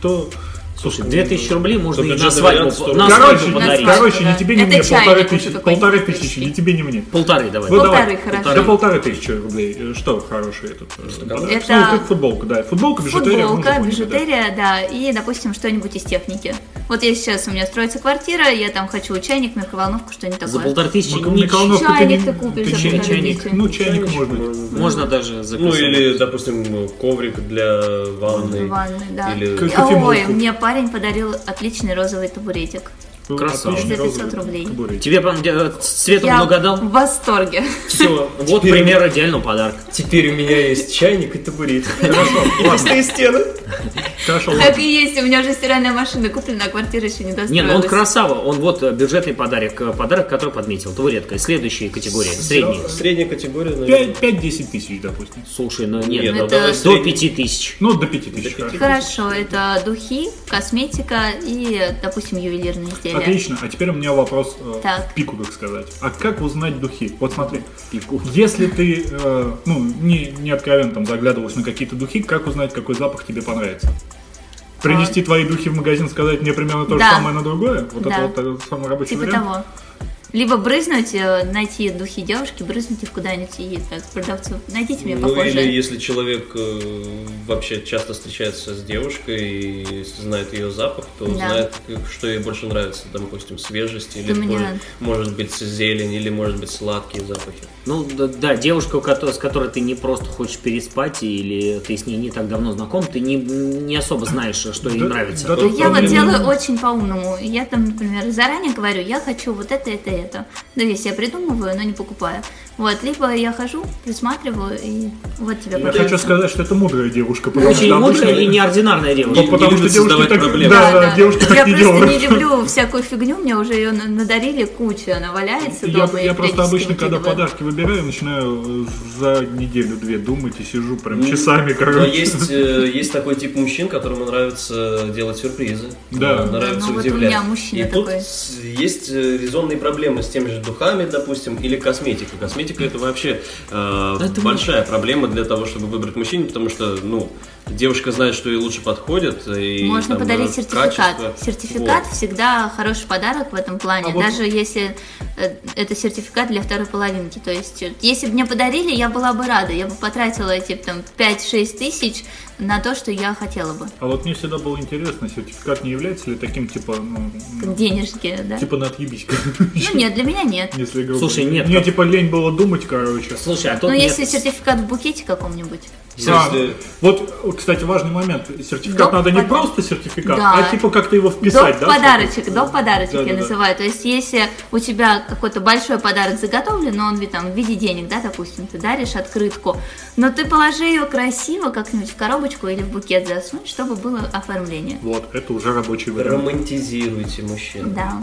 [SPEAKER 5] то... ну,
[SPEAKER 3] Слушай, 2000 рублей можно и на
[SPEAKER 6] бюджетный
[SPEAKER 3] свадьбу,
[SPEAKER 6] вариант сто
[SPEAKER 3] на
[SPEAKER 6] рублей.
[SPEAKER 3] свадьбу
[SPEAKER 5] Короче,
[SPEAKER 3] подарить.
[SPEAKER 2] да.
[SPEAKER 5] короче, ни тебе, ни
[SPEAKER 2] Это
[SPEAKER 5] мне,
[SPEAKER 2] чайник
[SPEAKER 5] полторы
[SPEAKER 2] уже
[SPEAKER 5] тысячи,
[SPEAKER 2] какой-нибудь
[SPEAKER 5] полторы
[SPEAKER 2] купить.
[SPEAKER 5] тысячи, ни тебе, ни мне.
[SPEAKER 3] Полторы давай.
[SPEAKER 5] Ну,
[SPEAKER 2] Полторы,
[SPEAKER 5] давай.
[SPEAKER 2] хорошо.
[SPEAKER 5] Да полторы тысячи рублей. Э, Что хороший этот? э, подарок?
[SPEAKER 2] Это-
[SPEAKER 5] Ну, как футболка, да. Футболка, бижутерия. ну,
[SPEAKER 2] Футболка,
[SPEAKER 5] футболка, да.
[SPEAKER 2] бижутерия, да, и, допустим, что-нибудь из техники. Вот я сейчас, у меня строится квартира, я там хочу чайник, микроволновку, что-нибудь
[SPEAKER 3] За
[SPEAKER 2] такое.
[SPEAKER 3] полторы тысячи
[SPEAKER 5] Ну,
[SPEAKER 3] ничего.
[SPEAKER 5] микроволновку
[SPEAKER 2] Чайник
[SPEAKER 5] не-
[SPEAKER 2] ты купишь за
[SPEAKER 5] чай-
[SPEAKER 2] полторы
[SPEAKER 5] чайник.
[SPEAKER 2] тысячи.
[SPEAKER 5] Ну, чайник можно.
[SPEAKER 3] Можно даже записать.
[SPEAKER 6] Ну или, допустим, коврик для ванны.
[SPEAKER 2] Ванны, да.
[SPEAKER 6] Или-
[SPEAKER 5] Как-
[SPEAKER 2] А, Ой,
[SPEAKER 5] кофемолку.
[SPEAKER 2] мне парень подарил отличный розовый табуретик.
[SPEAKER 3] Красава.
[SPEAKER 5] Отличный
[SPEAKER 2] За 500
[SPEAKER 5] розовый
[SPEAKER 2] рублей.
[SPEAKER 5] табурет.
[SPEAKER 3] Тебе прям э, цветом
[SPEAKER 2] Я
[SPEAKER 3] угадал?
[SPEAKER 2] в восторге.
[SPEAKER 3] Все, вот
[SPEAKER 6] Теперь-
[SPEAKER 3] пример идеального подарка.
[SPEAKER 6] Теперь у меня есть чайник и табурет. И пустые стены.
[SPEAKER 5] Хорошо,
[SPEAKER 2] Так и есть, у меня уже стиральная машина куплена, а квартира еще не достроилась.
[SPEAKER 3] Не, ну он красава, он вот э, бюджетный подарок, э, подарок, который подметил. Твой редкая, следующая категория, средний.
[SPEAKER 6] Средняя категория, наверное.
[SPEAKER 5] 5-10 тысяч, допустим.
[SPEAKER 3] Слушай, ну
[SPEAKER 6] Нет,
[SPEAKER 3] нет,
[SPEAKER 6] ну
[SPEAKER 2] Это-
[SPEAKER 6] давай
[SPEAKER 3] до
[SPEAKER 6] средний.
[SPEAKER 3] 5000.
[SPEAKER 5] Ну, до 5 тысяч. хорошо.
[SPEAKER 2] Хорошо, это духи, косметика и, допустим, ювелирные изделия.
[SPEAKER 5] Отлично. А теперь у меня вопрос э,
[SPEAKER 2] Так.
[SPEAKER 5] в пику, как сказать. А как узнать духи? Вот смотри, если ты э, ну, не, не откровенно там заглядывалась на какие-то духи, как узнать, какой запах тебе понравится? Принести твои духи в магазин, сказать мне примерно то
[SPEAKER 2] А. Да.
[SPEAKER 5] же самое на другое? Вот
[SPEAKER 2] Да.
[SPEAKER 5] это вот э, самый рабочий
[SPEAKER 2] Типа
[SPEAKER 5] вариант?
[SPEAKER 2] того. Либо брызнуть, э, найти духи девушки, брызнуть их куда-нибудь и так продавцу. Найдите мне
[SPEAKER 6] Ну или
[SPEAKER 2] похожие.
[SPEAKER 6] если человек э, вообще часто встречается с девушкой и если знает ее запах, то
[SPEAKER 2] Да.
[SPEAKER 6] знает, как- что ей больше нравится, допустим, свежесть или
[SPEAKER 2] Да мне-
[SPEAKER 6] может, может быть зелень или может быть сладкие запахи.
[SPEAKER 3] Ну да, да, девушка, у кото- с которой ты не просто хочешь переспать, или ты с ней не так давно знаком, ты не, не особо знаешь, э, что ей
[SPEAKER 5] Да-
[SPEAKER 3] нравится.
[SPEAKER 5] да тут
[SPEAKER 2] Ну, Я вот
[SPEAKER 5] проблема-
[SPEAKER 2] делаю очень по-умному. Я там, например, заранее говорю, я хочу вот это, это, это. Да, если я придумываю, но не покупаю. Вот, либо я хожу, присматриваю, и вот тебе
[SPEAKER 5] Я
[SPEAKER 2] пожалуйста.
[SPEAKER 5] хочу сказать, что это мудрая девушка, потому
[SPEAKER 3] Очень
[SPEAKER 5] что обычно-
[SPEAKER 3] мудрая и неординарная девушка.
[SPEAKER 5] Вот потому что
[SPEAKER 6] любит
[SPEAKER 5] девушки
[SPEAKER 6] создавать
[SPEAKER 5] так,
[SPEAKER 6] проблемы.
[SPEAKER 5] да, да, девушки
[SPEAKER 2] Я
[SPEAKER 5] так
[SPEAKER 2] просто
[SPEAKER 5] не
[SPEAKER 2] не
[SPEAKER 5] делают.
[SPEAKER 2] люблю всякую фигню, мне уже ее на- надарили кучу, она валяется
[SPEAKER 5] Я,
[SPEAKER 2] дома.
[SPEAKER 5] я просто
[SPEAKER 2] периодически
[SPEAKER 5] обычно, когда
[SPEAKER 2] выкидываю.
[SPEAKER 5] подарки выбираю, начинаю э, за неделю-две думать и сижу прям
[SPEAKER 3] Ну,
[SPEAKER 5] часами,
[SPEAKER 3] а
[SPEAKER 5] короче.
[SPEAKER 6] Но есть, э, есть такой тип мужчин, которому нравится делать сюрпризы.
[SPEAKER 5] Да.
[SPEAKER 6] Э, Нравится
[SPEAKER 2] Да, ну вот у
[SPEAKER 6] удивлять.
[SPEAKER 2] меня мужчина
[SPEAKER 6] И тут
[SPEAKER 2] такой.
[SPEAKER 6] с- есть э, резонные проблемы с теми же духами, допустим, или косметикой. Косметика это вообще э,
[SPEAKER 3] Это
[SPEAKER 6] большая проблема для того, чтобы выбрать мужчину, потому что, ну, девушка знает, что ей лучше подходит. И,
[SPEAKER 2] Можно
[SPEAKER 6] там,
[SPEAKER 2] подарить
[SPEAKER 6] э,
[SPEAKER 2] сертификат.
[SPEAKER 6] качество.
[SPEAKER 2] Сертификат
[SPEAKER 6] Вот.
[SPEAKER 2] всегда хороший подарок в этом плане,
[SPEAKER 5] А вот-
[SPEAKER 2] даже если э, это сертификат для второй половинки. То есть, э, если бы мне подарили, я была бы рада. Я бы потратила эти там 5-6 тысяч на то, что я хотела бы.
[SPEAKER 5] А вот мне всегда было интересно, сертификат не является ли таким типа, ну,
[SPEAKER 2] Как денежки, да?
[SPEAKER 5] типа на отъебись,
[SPEAKER 2] Ну нет, для меня нет.
[SPEAKER 5] если грубо.
[SPEAKER 3] Слушай, нет,
[SPEAKER 5] Мне
[SPEAKER 3] как-
[SPEAKER 5] типа лень было думать, короче.
[SPEAKER 3] Слушай, а тут
[SPEAKER 2] Ну,
[SPEAKER 3] нет.
[SPEAKER 2] если сертификат в букете каком-нибудь.
[SPEAKER 6] Ну,
[SPEAKER 5] Да.
[SPEAKER 6] Слушай,
[SPEAKER 5] А, Вот, кстати, важный момент. Сертификат
[SPEAKER 2] Доп.
[SPEAKER 5] надо не
[SPEAKER 2] подарок.
[SPEAKER 5] просто сертификат,
[SPEAKER 2] Да.
[SPEAKER 5] а типа как-то его вписать,
[SPEAKER 2] доп
[SPEAKER 5] да?
[SPEAKER 2] подарочек, доп подарочек я
[SPEAKER 5] Да-да-да.
[SPEAKER 2] называю. То есть, если у тебя какой-то большой подарок заготовлен, но он ви- там в виде денег, да, допустим, ты даришь открытку, но ты положи ее красиво как-нибудь в коробочку или в букет засунь, чтобы было оформление.
[SPEAKER 5] Вот, это уже рабочий вариант.
[SPEAKER 6] Романтизируйте мужчин.
[SPEAKER 2] Да.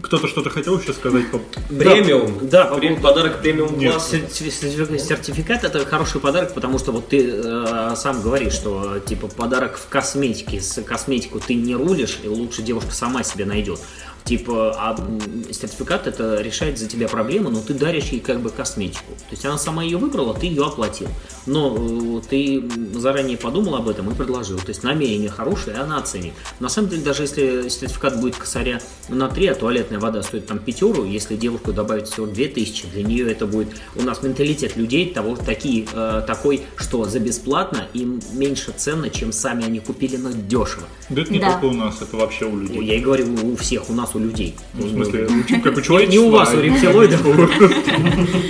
[SPEAKER 5] Кто-то что-то хотел еще сказать? по-
[SPEAKER 6] Премиум.
[SPEAKER 3] Да, по
[SPEAKER 6] Прем-
[SPEAKER 3] поводу-
[SPEAKER 6] подарок премиум
[SPEAKER 5] Нет.
[SPEAKER 6] класса.
[SPEAKER 3] Сер- сер- Сертификат это хороший подарок, потому что вот ты э, сам говоришь, что э, типа подарок в косметике, с косметику ты не рулишь, и лучше девушка сама себе найдет. Типа, а м, сертификат это решает за тебя проблему, но ты даришь ей как бы косметику. То есть она сама ее выбрала, ты ее оплатил. Но э, ты м, заранее подумал об этом и предложил. То есть намерение хорошее, и она оценит. На самом деле, даже если сертификат будет косаря на 3, а туалетная вода стоит там пятеру, если девушку добавить всего 2000, для нее это будет... У нас менталитет людей того, такие, э, такой, что за бесплатно им меньше ценно, чем сами они купили, но дешево.
[SPEAKER 5] Да это не
[SPEAKER 2] Да.
[SPEAKER 5] только у нас, это вообще у людей.
[SPEAKER 3] Я и говорю у всех, у нас, у людей.
[SPEAKER 5] Ну, в смысле, у ч- как у человечества. а
[SPEAKER 3] Не у вас, у рептилоидов.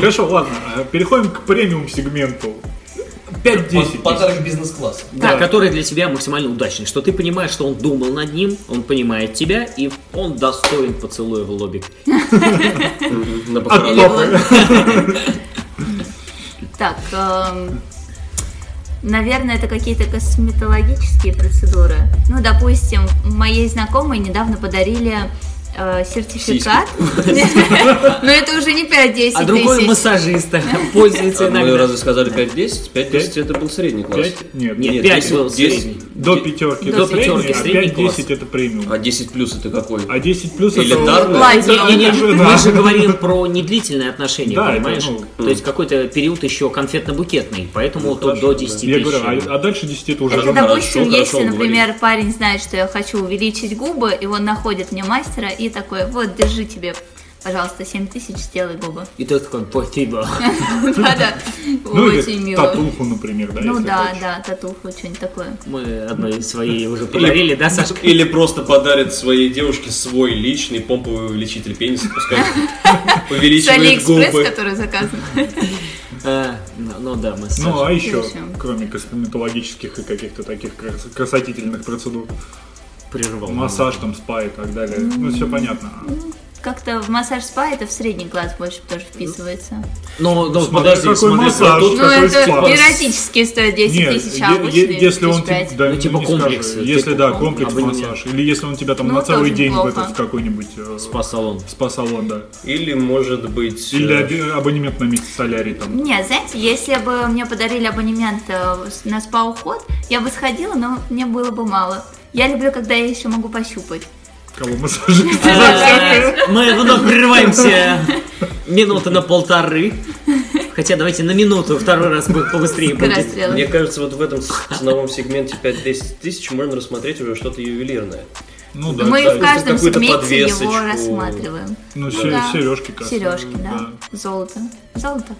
[SPEAKER 5] Хорошо, ладно, э, переходим к премиум-сегменту. 5-10.
[SPEAKER 6] Подарок бизнес-класса.
[SPEAKER 3] Да, который для тебя максимально удачный, что ты понимаешь, что он думал над ним, он понимает тебя, и он достоин поцелуя в лобик.
[SPEAKER 6] На
[SPEAKER 5] От
[SPEAKER 6] похоронах.
[SPEAKER 5] топа.
[SPEAKER 2] Так, эм, наверное, это какие-то косметологические процедуры. Ну, допустим, моей знакомой недавно подарили э, сертификат. Но это уже не 5-10
[SPEAKER 3] А другой
[SPEAKER 2] тысяч.
[SPEAKER 3] массажист пользуется
[SPEAKER 5] Ну
[SPEAKER 6] А Мы
[SPEAKER 3] иногда.
[SPEAKER 6] разве сказали 5-10? 5-10 это был средний класс.
[SPEAKER 5] 5? Нет,
[SPEAKER 3] Нет,
[SPEAKER 6] Нет,
[SPEAKER 3] 5
[SPEAKER 6] 10,
[SPEAKER 3] был
[SPEAKER 6] 10.
[SPEAKER 3] средний.
[SPEAKER 5] До пятерки.
[SPEAKER 2] До
[SPEAKER 5] это средний,
[SPEAKER 3] пятерки,
[SPEAKER 5] а
[SPEAKER 3] средний
[SPEAKER 5] 5-10
[SPEAKER 3] класс.
[SPEAKER 5] это премиум.
[SPEAKER 6] А 10 плюс это какой?
[SPEAKER 5] А 10 плюс это...
[SPEAKER 6] Элитарный?
[SPEAKER 2] Платье.
[SPEAKER 5] это-
[SPEAKER 3] Не, не,
[SPEAKER 5] это же,
[SPEAKER 3] мы
[SPEAKER 5] да.
[SPEAKER 3] же говорим про недлительные отношения,
[SPEAKER 5] Да, это,
[SPEAKER 3] понимаешь?
[SPEAKER 5] ну,
[SPEAKER 3] То есть какой-то период еще конфетно-букетный, поэтому тут до 10
[SPEAKER 5] Я говорю,
[SPEAKER 3] тысяч.
[SPEAKER 5] а, а дальше 10 это уже...
[SPEAKER 2] Это,
[SPEAKER 5] жена.
[SPEAKER 2] допустим,
[SPEAKER 6] хорошо,
[SPEAKER 2] если,
[SPEAKER 6] хорошо
[SPEAKER 2] например, парень знает, что я хочу увеличить губы, и он находит мне мастера и такой, вот, держи тебе, пожалуйста, 7 тысяч, сделай губы.
[SPEAKER 5] а-
[SPEAKER 3] И ты такой, спасибо.
[SPEAKER 2] Да-да,
[SPEAKER 5] Ну
[SPEAKER 2] очень
[SPEAKER 5] или
[SPEAKER 2] мило.
[SPEAKER 5] татуху, например, да,
[SPEAKER 2] Ну
[SPEAKER 5] если
[SPEAKER 2] да,
[SPEAKER 5] хочешь.
[SPEAKER 2] да, татуху, что-нибудь такое.
[SPEAKER 3] Мы одной своей уже подарили, да, Сашка?
[SPEAKER 6] Или просто подарит своей девушке свой личный помповый увеличитель пениса, пускай
[SPEAKER 2] С
[SPEAKER 6] увеличивает
[SPEAKER 2] Алиэкспресс,
[SPEAKER 6] губы.
[SPEAKER 2] который заказан.
[SPEAKER 3] Э, Ну ну да, мы с
[SPEAKER 5] Ну,
[SPEAKER 3] Сашей.
[SPEAKER 5] а еще,
[SPEAKER 2] Зачем?
[SPEAKER 5] кроме косметологических и каких-то таких крас- красотительных процедур,
[SPEAKER 3] прервал.
[SPEAKER 5] массаж там, спа и так далее, ну, все понятно.
[SPEAKER 2] Как-то в массаж-спа это в средний класс больше тоже вписывается.
[SPEAKER 3] Ну, ну,
[SPEAKER 5] Смотря
[SPEAKER 3] подожди,
[SPEAKER 5] какой
[SPEAKER 3] смотри,
[SPEAKER 5] массаж.
[SPEAKER 3] тут
[SPEAKER 2] Ну,
[SPEAKER 5] какой
[SPEAKER 2] это
[SPEAKER 5] спа?
[SPEAKER 2] эротические стоят 10
[SPEAKER 5] Нет,
[SPEAKER 2] тысяч, а
[SPEAKER 5] е-
[SPEAKER 2] обычные
[SPEAKER 5] е- если он тебе,
[SPEAKER 2] 1005.
[SPEAKER 5] да,
[SPEAKER 3] Ну, типа
[SPEAKER 5] не скажу.
[SPEAKER 3] комплекс,
[SPEAKER 5] если
[SPEAKER 3] типа
[SPEAKER 5] да,
[SPEAKER 3] комплекс,
[SPEAKER 5] комплекс
[SPEAKER 3] абонемент.
[SPEAKER 5] массаж, или если он тебя там
[SPEAKER 2] Ну,
[SPEAKER 5] на целый
[SPEAKER 2] тоже
[SPEAKER 5] день в
[SPEAKER 2] неплохо.
[SPEAKER 5] этот в какой-нибудь э,
[SPEAKER 3] спа-салон.
[SPEAKER 5] спа-салон, да,
[SPEAKER 6] Или, может быть...
[SPEAKER 5] или
[SPEAKER 6] э,
[SPEAKER 5] аби- абонемент на месяц солярий там.
[SPEAKER 2] Нет, знаете, если бы мне подарили абонемент э, с- на спа-уход, я бы сходила, но мне было бы мало. Я люблю, когда я еще могу пощупать.
[SPEAKER 5] Кого массажист?
[SPEAKER 3] Э, Мы вновь прерываемся минуты на полторы. Хотя давайте на минуту, второй раз будет побыстрее будет.
[SPEAKER 2] Расстрелы.
[SPEAKER 6] Мне кажется, вот в этом с- ценовом сегменте 5-10 тысяч можно рассмотреть уже что-то ювелирное.
[SPEAKER 5] Ну да,
[SPEAKER 2] Мы
[SPEAKER 6] да,
[SPEAKER 2] в каждом
[SPEAKER 6] какую-то
[SPEAKER 2] сегменте
[SPEAKER 6] подвесочку.
[SPEAKER 2] его рассматриваем.
[SPEAKER 5] ну
[SPEAKER 2] да.
[SPEAKER 5] сережки как
[SPEAKER 2] Сережки, да. Золото. Золото.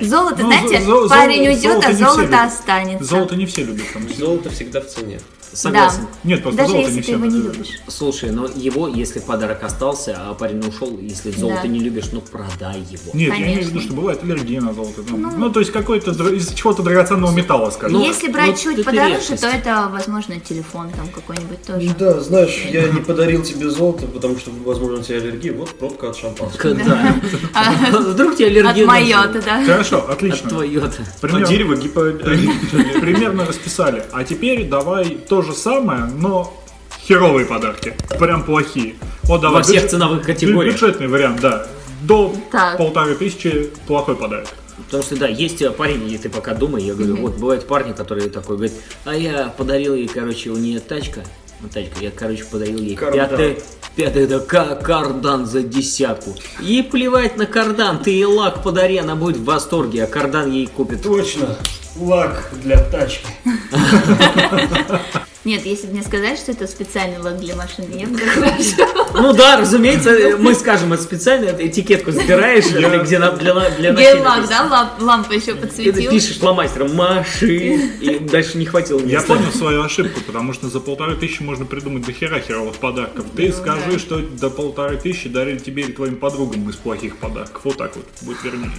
[SPEAKER 2] Золото,
[SPEAKER 5] Ну,
[SPEAKER 2] знаете,
[SPEAKER 5] зо- зо-
[SPEAKER 2] парень
[SPEAKER 5] золото-
[SPEAKER 2] уйдет,
[SPEAKER 5] золото
[SPEAKER 2] а
[SPEAKER 5] не все
[SPEAKER 2] золото
[SPEAKER 5] любят.
[SPEAKER 2] останется.
[SPEAKER 5] Золото не все любят там.
[SPEAKER 6] Золото всегда в цене.
[SPEAKER 3] Согласен.
[SPEAKER 5] Нет, просто
[SPEAKER 2] Даже
[SPEAKER 5] золото
[SPEAKER 2] если ты
[SPEAKER 5] не все
[SPEAKER 2] его не
[SPEAKER 5] любят.
[SPEAKER 2] любишь.
[SPEAKER 3] Слушай, но его, если подарок остался, а парень ушел, если золото
[SPEAKER 2] Да. не
[SPEAKER 3] не любишь, ну продай его.
[SPEAKER 5] Нет, я имею в
[SPEAKER 2] Конечно.
[SPEAKER 5] виду, что бывает аллергия на золото. там. Ну, то есть какой-то др- из чего-то драгоценного металла, скажем.
[SPEAKER 3] Ну,
[SPEAKER 2] Если брать
[SPEAKER 3] ну,
[SPEAKER 2] чуть
[SPEAKER 3] это
[SPEAKER 2] подороже,
[SPEAKER 3] редкость.
[SPEAKER 2] то это, возможно, телефон там какой-нибудь тоже.
[SPEAKER 6] Да, знаешь, я не подарил тебе золото, потому что, возможно, у тебя аллергия. Вот пробка от шампанского.
[SPEAKER 3] Да. Вдруг тебе
[SPEAKER 2] От
[SPEAKER 3] аллергия на
[SPEAKER 2] Майота,
[SPEAKER 3] золото?
[SPEAKER 2] да.
[SPEAKER 5] Хорошо,
[SPEAKER 3] От
[SPEAKER 5] отлично.
[SPEAKER 3] твоего-то.
[SPEAKER 5] Примерно-
[SPEAKER 6] А гипо...
[SPEAKER 5] Примерно расписали. А теперь давай то же самое, но херовые подарки. Прям плохие. О, давай.
[SPEAKER 3] Во всех
[SPEAKER 5] бюджет-
[SPEAKER 3] ценовых
[SPEAKER 5] бю-
[SPEAKER 3] категориях.
[SPEAKER 5] Бюджетный вариант, да. До
[SPEAKER 2] Так.
[SPEAKER 5] полторы тысячи плохой подарок.
[SPEAKER 3] Потому что, да, есть э, парень, и ты пока думай, я говорю, вот, бывают парни, которые такой говорят, а я подарил ей, короче, у нее тачка, ну, тачка, я, короче, подарил ей
[SPEAKER 6] Кардан.
[SPEAKER 3] пятый, пятый, да, ка- кардан за десятку. И плевать на кардан, ты ей лак подари, она будет в восторге, а кардан ей купит.
[SPEAKER 6] Точно. Лак для тачки.
[SPEAKER 2] Нет, если бы мне сказали, что это специальный лак для машины, я бы так
[SPEAKER 3] Ну да, разумеется, э, мы скажем, это специально, это этикетку сдираешь, это где на- для, на- для начинки
[SPEAKER 2] Гель-лак,
[SPEAKER 3] написано.
[SPEAKER 2] да, лап- лампа еще
[SPEAKER 3] И ты
[SPEAKER 2] подсветила.
[SPEAKER 3] пишешь ломастером маши, и дальше не хватило
[SPEAKER 5] Я
[SPEAKER 3] места.
[SPEAKER 5] понял свою ошибку, потому что за полторы тысячи можно придумать до хера херовых подарков. Ты скажи, что до полторы тысячи дарили тебе или твоим подругам из плохих подарков. Вот так вот будет вернее.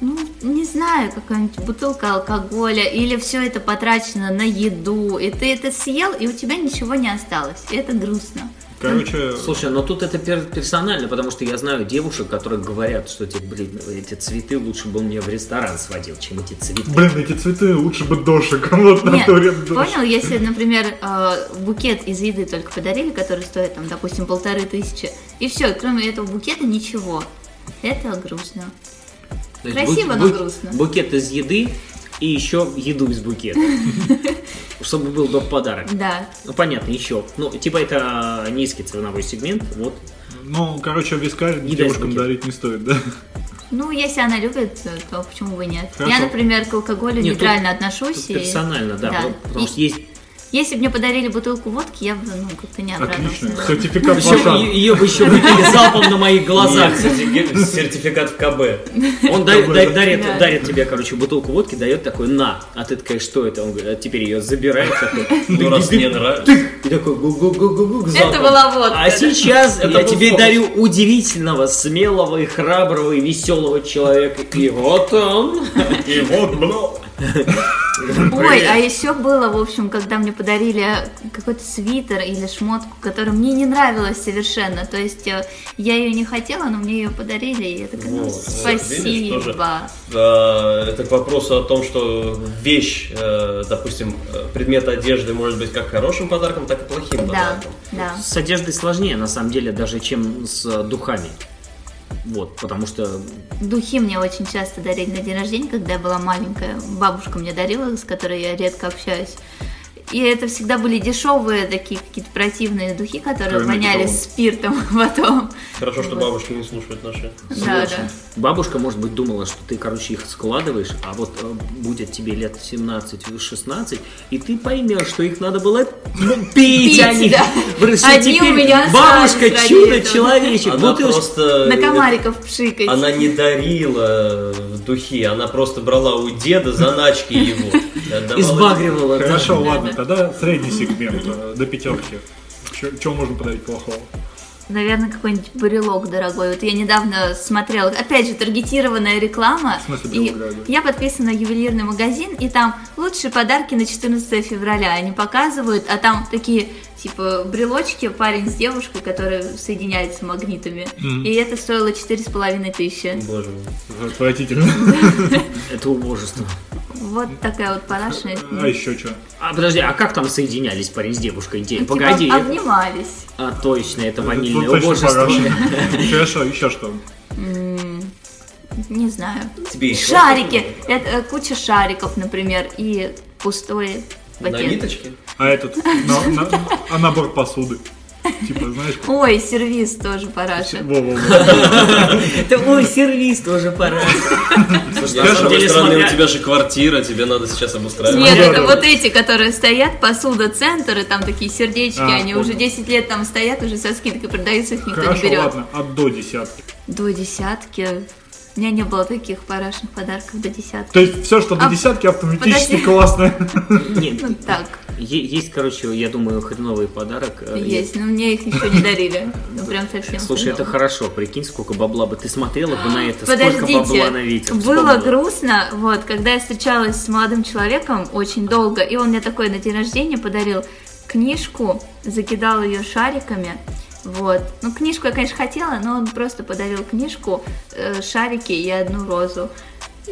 [SPEAKER 2] Ну, не знаю, какая-нибудь бутылка алкоголя, или все это потрачено на еду, и ты это съел, и у тебя ничего не осталось. И это грустно.
[SPEAKER 5] Короче,
[SPEAKER 3] Слушай, но тут это пер- персонально, потому что я знаю девушек, которые говорят, что типа, блин, эти цветы лучше бы он меня в ресторан сводил, чем эти цветы.
[SPEAKER 5] блин, эти цветы лучше бы дошек. Вот
[SPEAKER 2] Нет,
[SPEAKER 5] натуре дошек.
[SPEAKER 2] понял, если, например, э, букет из еды только подарили, который стоит, там, допустим, полторы тысячи, и все, кроме этого букета ничего. Это грустно.
[SPEAKER 3] То есть
[SPEAKER 2] Красиво,
[SPEAKER 3] бук-
[SPEAKER 2] но
[SPEAKER 3] бук-
[SPEAKER 2] грустно.
[SPEAKER 3] Букет из еды, и еще еду из букета. Чтобы был доп. подарок.
[SPEAKER 2] Да.
[SPEAKER 3] Ну, понятно, еще. Ну, типа это низкий ценовой сегмент, вот.
[SPEAKER 5] Ну, короче, вискарь
[SPEAKER 3] Не
[SPEAKER 5] девушкам
[SPEAKER 3] дай звуки.
[SPEAKER 5] дарить не стоит, да?
[SPEAKER 2] Ну, если она любит, э, то почему бы и нет? Я,
[SPEAKER 5] Хорошо.
[SPEAKER 2] например, к алкоголю
[SPEAKER 3] Нет, тут-
[SPEAKER 2] нейтрально отношусь.
[SPEAKER 3] Тут
[SPEAKER 2] и-
[SPEAKER 3] персонально, да.
[SPEAKER 2] Да.
[SPEAKER 3] потому- Потому
[SPEAKER 2] И-
[SPEAKER 3] что есть...
[SPEAKER 2] Если бы мне подарили бутылку водки, я бы, ну, как-то не
[SPEAKER 5] Отлично.
[SPEAKER 2] обрадовалась.
[SPEAKER 5] Сертификат
[SPEAKER 3] Еще-
[SPEAKER 5] Пашан.
[SPEAKER 3] е- ее бы еще выпили залпом на моих глазах.
[SPEAKER 6] Нет, кстати, ге- сертификат в КБ.
[SPEAKER 3] Он дает, дает- дарит,
[SPEAKER 2] Да.
[SPEAKER 3] дарит тебе, короче, бутылку водки, дает такой на. А ты такая, что это? Он говорит, «А теперь ее забирает такой.
[SPEAKER 6] Ну, раз не нравится.
[SPEAKER 3] И такой гу-гу-гу-гу-гу
[SPEAKER 2] Это была водка.
[SPEAKER 3] А сейчас
[SPEAKER 6] Это
[SPEAKER 3] я
[SPEAKER 6] был
[SPEAKER 3] тебе
[SPEAKER 6] фокус.
[SPEAKER 3] дарю удивительного, смелого и храброго и веселого человека. И вот он.
[SPEAKER 6] И вот, ну, бро.
[SPEAKER 2] Ой, а еще было, в общем, когда мне подарили какой-то свитер или шмотку, которая мне не нравилась совершенно. То есть э, я ее не хотела, но мне ее подарили, и я такая, ну,
[SPEAKER 6] Вот, вот, видишь, тоже.
[SPEAKER 2] спасибо.
[SPEAKER 6] Э, Это к вопросу о том, что вещь, э, допустим, э, предмет одежды может быть как хорошим подарком, так и плохим
[SPEAKER 2] Да,
[SPEAKER 6] подарком.
[SPEAKER 2] да.
[SPEAKER 3] С одеждой сложнее, на самом деле, даже чем с э, духами. Вот, потому что
[SPEAKER 2] Духи мне очень часто дарили на день рождения, когда я была маленькая. Бабушка мне дарила, с которой я редко общаюсь. И это всегда были дешевые такие какие-то противные духи, которые
[SPEAKER 5] Кроме
[SPEAKER 2] воняли
[SPEAKER 5] дешевого.
[SPEAKER 2] спиртом потом.
[SPEAKER 6] Хорошо, что
[SPEAKER 2] Вот.
[SPEAKER 6] бабушки не слушают наши.
[SPEAKER 2] Да,
[SPEAKER 3] Согласен.
[SPEAKER 2] да.
[SPEAKER 3] Бабушка, может быть, думала, что ты, короче, их складываешь, а вот э, будет тебе лет 17-16, и ты поймешь, что их надо было ну, пить,
[SPEAKER 2] Пить,
[SPEAKER 3] а не...
[SPEAKER 2] да.
[SPEAKER 3] Потому что
[SPEAKER 2] Одни у
[SPEAKER 3] теперь
[SPEAKER 2] меня
[SPEAKER 3] бабушка
[SPEAKER 2] остались
[SPEAKER 3] чудо-человечек.
[SPEAKER 6] Она
[SPEAKER 3] Вот и уж-
[SPEAKER 6] просто...
[SPEAKER 2] На
[SPEAKER 6] А
[SPEAKER 2] комариков пшикать.
[SPEAKER 6] Она не дарила э, духи, она просто брала у деда заначки его. отдавала-
[SPEAKER 3] избагривала. да.
[SPEAKER 5] Хорошо, ладно, тогда средний сегмент э, до пятерки. Чего можно подарить плохого?
[SPEAKER 2] Наверное, какой-нибудь брелок дорогой. Вот я недавно смотрела, опять же, таргетированная реклама.
[SPEAKER 5] В смысле
[SPEAKER 2] И
[SPEAKER 5] брелок дорогой?
[SPEAKER 2] я подписана на ювелирный магазин, и там лучшие подарки на 14 февраля. Они показывают, а там такие, типа, брелочки, парень с девушкой, которые соединяются магнитами. И это стоило четыре с половиной тысячи.
[SPEAKER 6] Боже мой.
[SPEAKER 5] Отвратительно.
[SPEAKER 3] Это убожество.
[SPEAKER 2] Вот такая вот параша.
[SPEAKER 5] А еще что?
[SPEAKER 3] А подожди, а как там соединялись парень с девушкой? Интересно.
[SPEAKER 2] Типа,
[SPEAKER 3] Погоди.
[SPEAKER 2] обнимались.
[SPEAKER 3] А, точно, это ванильное
[SPEAKER 5] Тут точно
[SPEAKER 3] убожество.
[SPEAKER 5] параша. Хорошо, еще что?
[SPEAKER 2] Не знаю.
[SPEAKER 6] Тебе еще
[SPEAKER 2] Шарики. Это э, куча шариков, например, и пустой
[SPEAKER 6] На
[SPEAKER 2] пакет.
[SPEAKER 6] ниточке?
[SPEAKER 5] А этот, на- на- а набор посуды? Типа, знаешь,
[SPEAKER 2] Ой, сервис тоже параша.
[SPEAKER 5] во-во-во.
[SPEAKER 3] Это, ой, сервис тоже пора. Слушай,
[SPEAKER 6] Я,
[SPEAKER 3] на
[SPEAKER 6] с
[SPEAKER 3] самом
[SPEAKER 6] одной
[SPEAKER 3] деле,
[SPEAKER 6] стороны,
[SPEAKER 3] смотря-
[SPEAKER 6] у тебя же квартира, тебе надо сейчас обустраивать.
[SPEAKER 2] Нет,
[SPEAKER 5] да,
[SPEAKER 2] это
[SPEAKER 5] да.
[SPEAKER 2] вот эти, которые стоят, посуда, центр, и там такие сердечки,
[SPEAKER 5] А,
[SPEAKER 2] они
[SPEAKER 5] понял.
[SPEAKER 2] уже 10 лет там стоят, уже со скидкой продаются, их никто не
[SPEAKER 5] Хорошо,
[SPEAKER 2] берет.
[SPEAKER 5] ладно, от до десятки.
[SPEAKER 2] До десятки. У меня не было таких парашных подарков до десятки.
[SPEAKER 5] То есть все, что до
[SPEAKER 2] А,
[SPEAKER 5] десятки, автоматически
[SPEAKER 2] подожди.
[SPEAKER 5] классно.
[SPEAKER 3] Нет,
[SPEAKER 2] Ну так,
[SPEAKER 3] е- есть, короче, я думаю, хреновый подарок. э,
[SPEAKER 2] есть, но мне их еще не дарили. Ну прям совсем.
[SPEAKER 3] Слушай, это
[SPEAKER 2] хреново.
[SPEAKER 3] хорошо. Прикинь, сколько бабла бы ты смотрела бы на это, сколько бабла на
[SPEAKER 2] Подождите,
[SPEAKER 3] ветер.
[SPEAKER 2] было
[SPEAKER 3] вспомнила.
[SPEAKER 2] грустно, вот, когда я встречалась с молодым человеком очень долго, и он мне такой на день рождения подарил книжку, закидал ее шариками, вот. Ну, книжку я, конечно, хотела, но он просто подарил книжку, э, шарики и одну розу.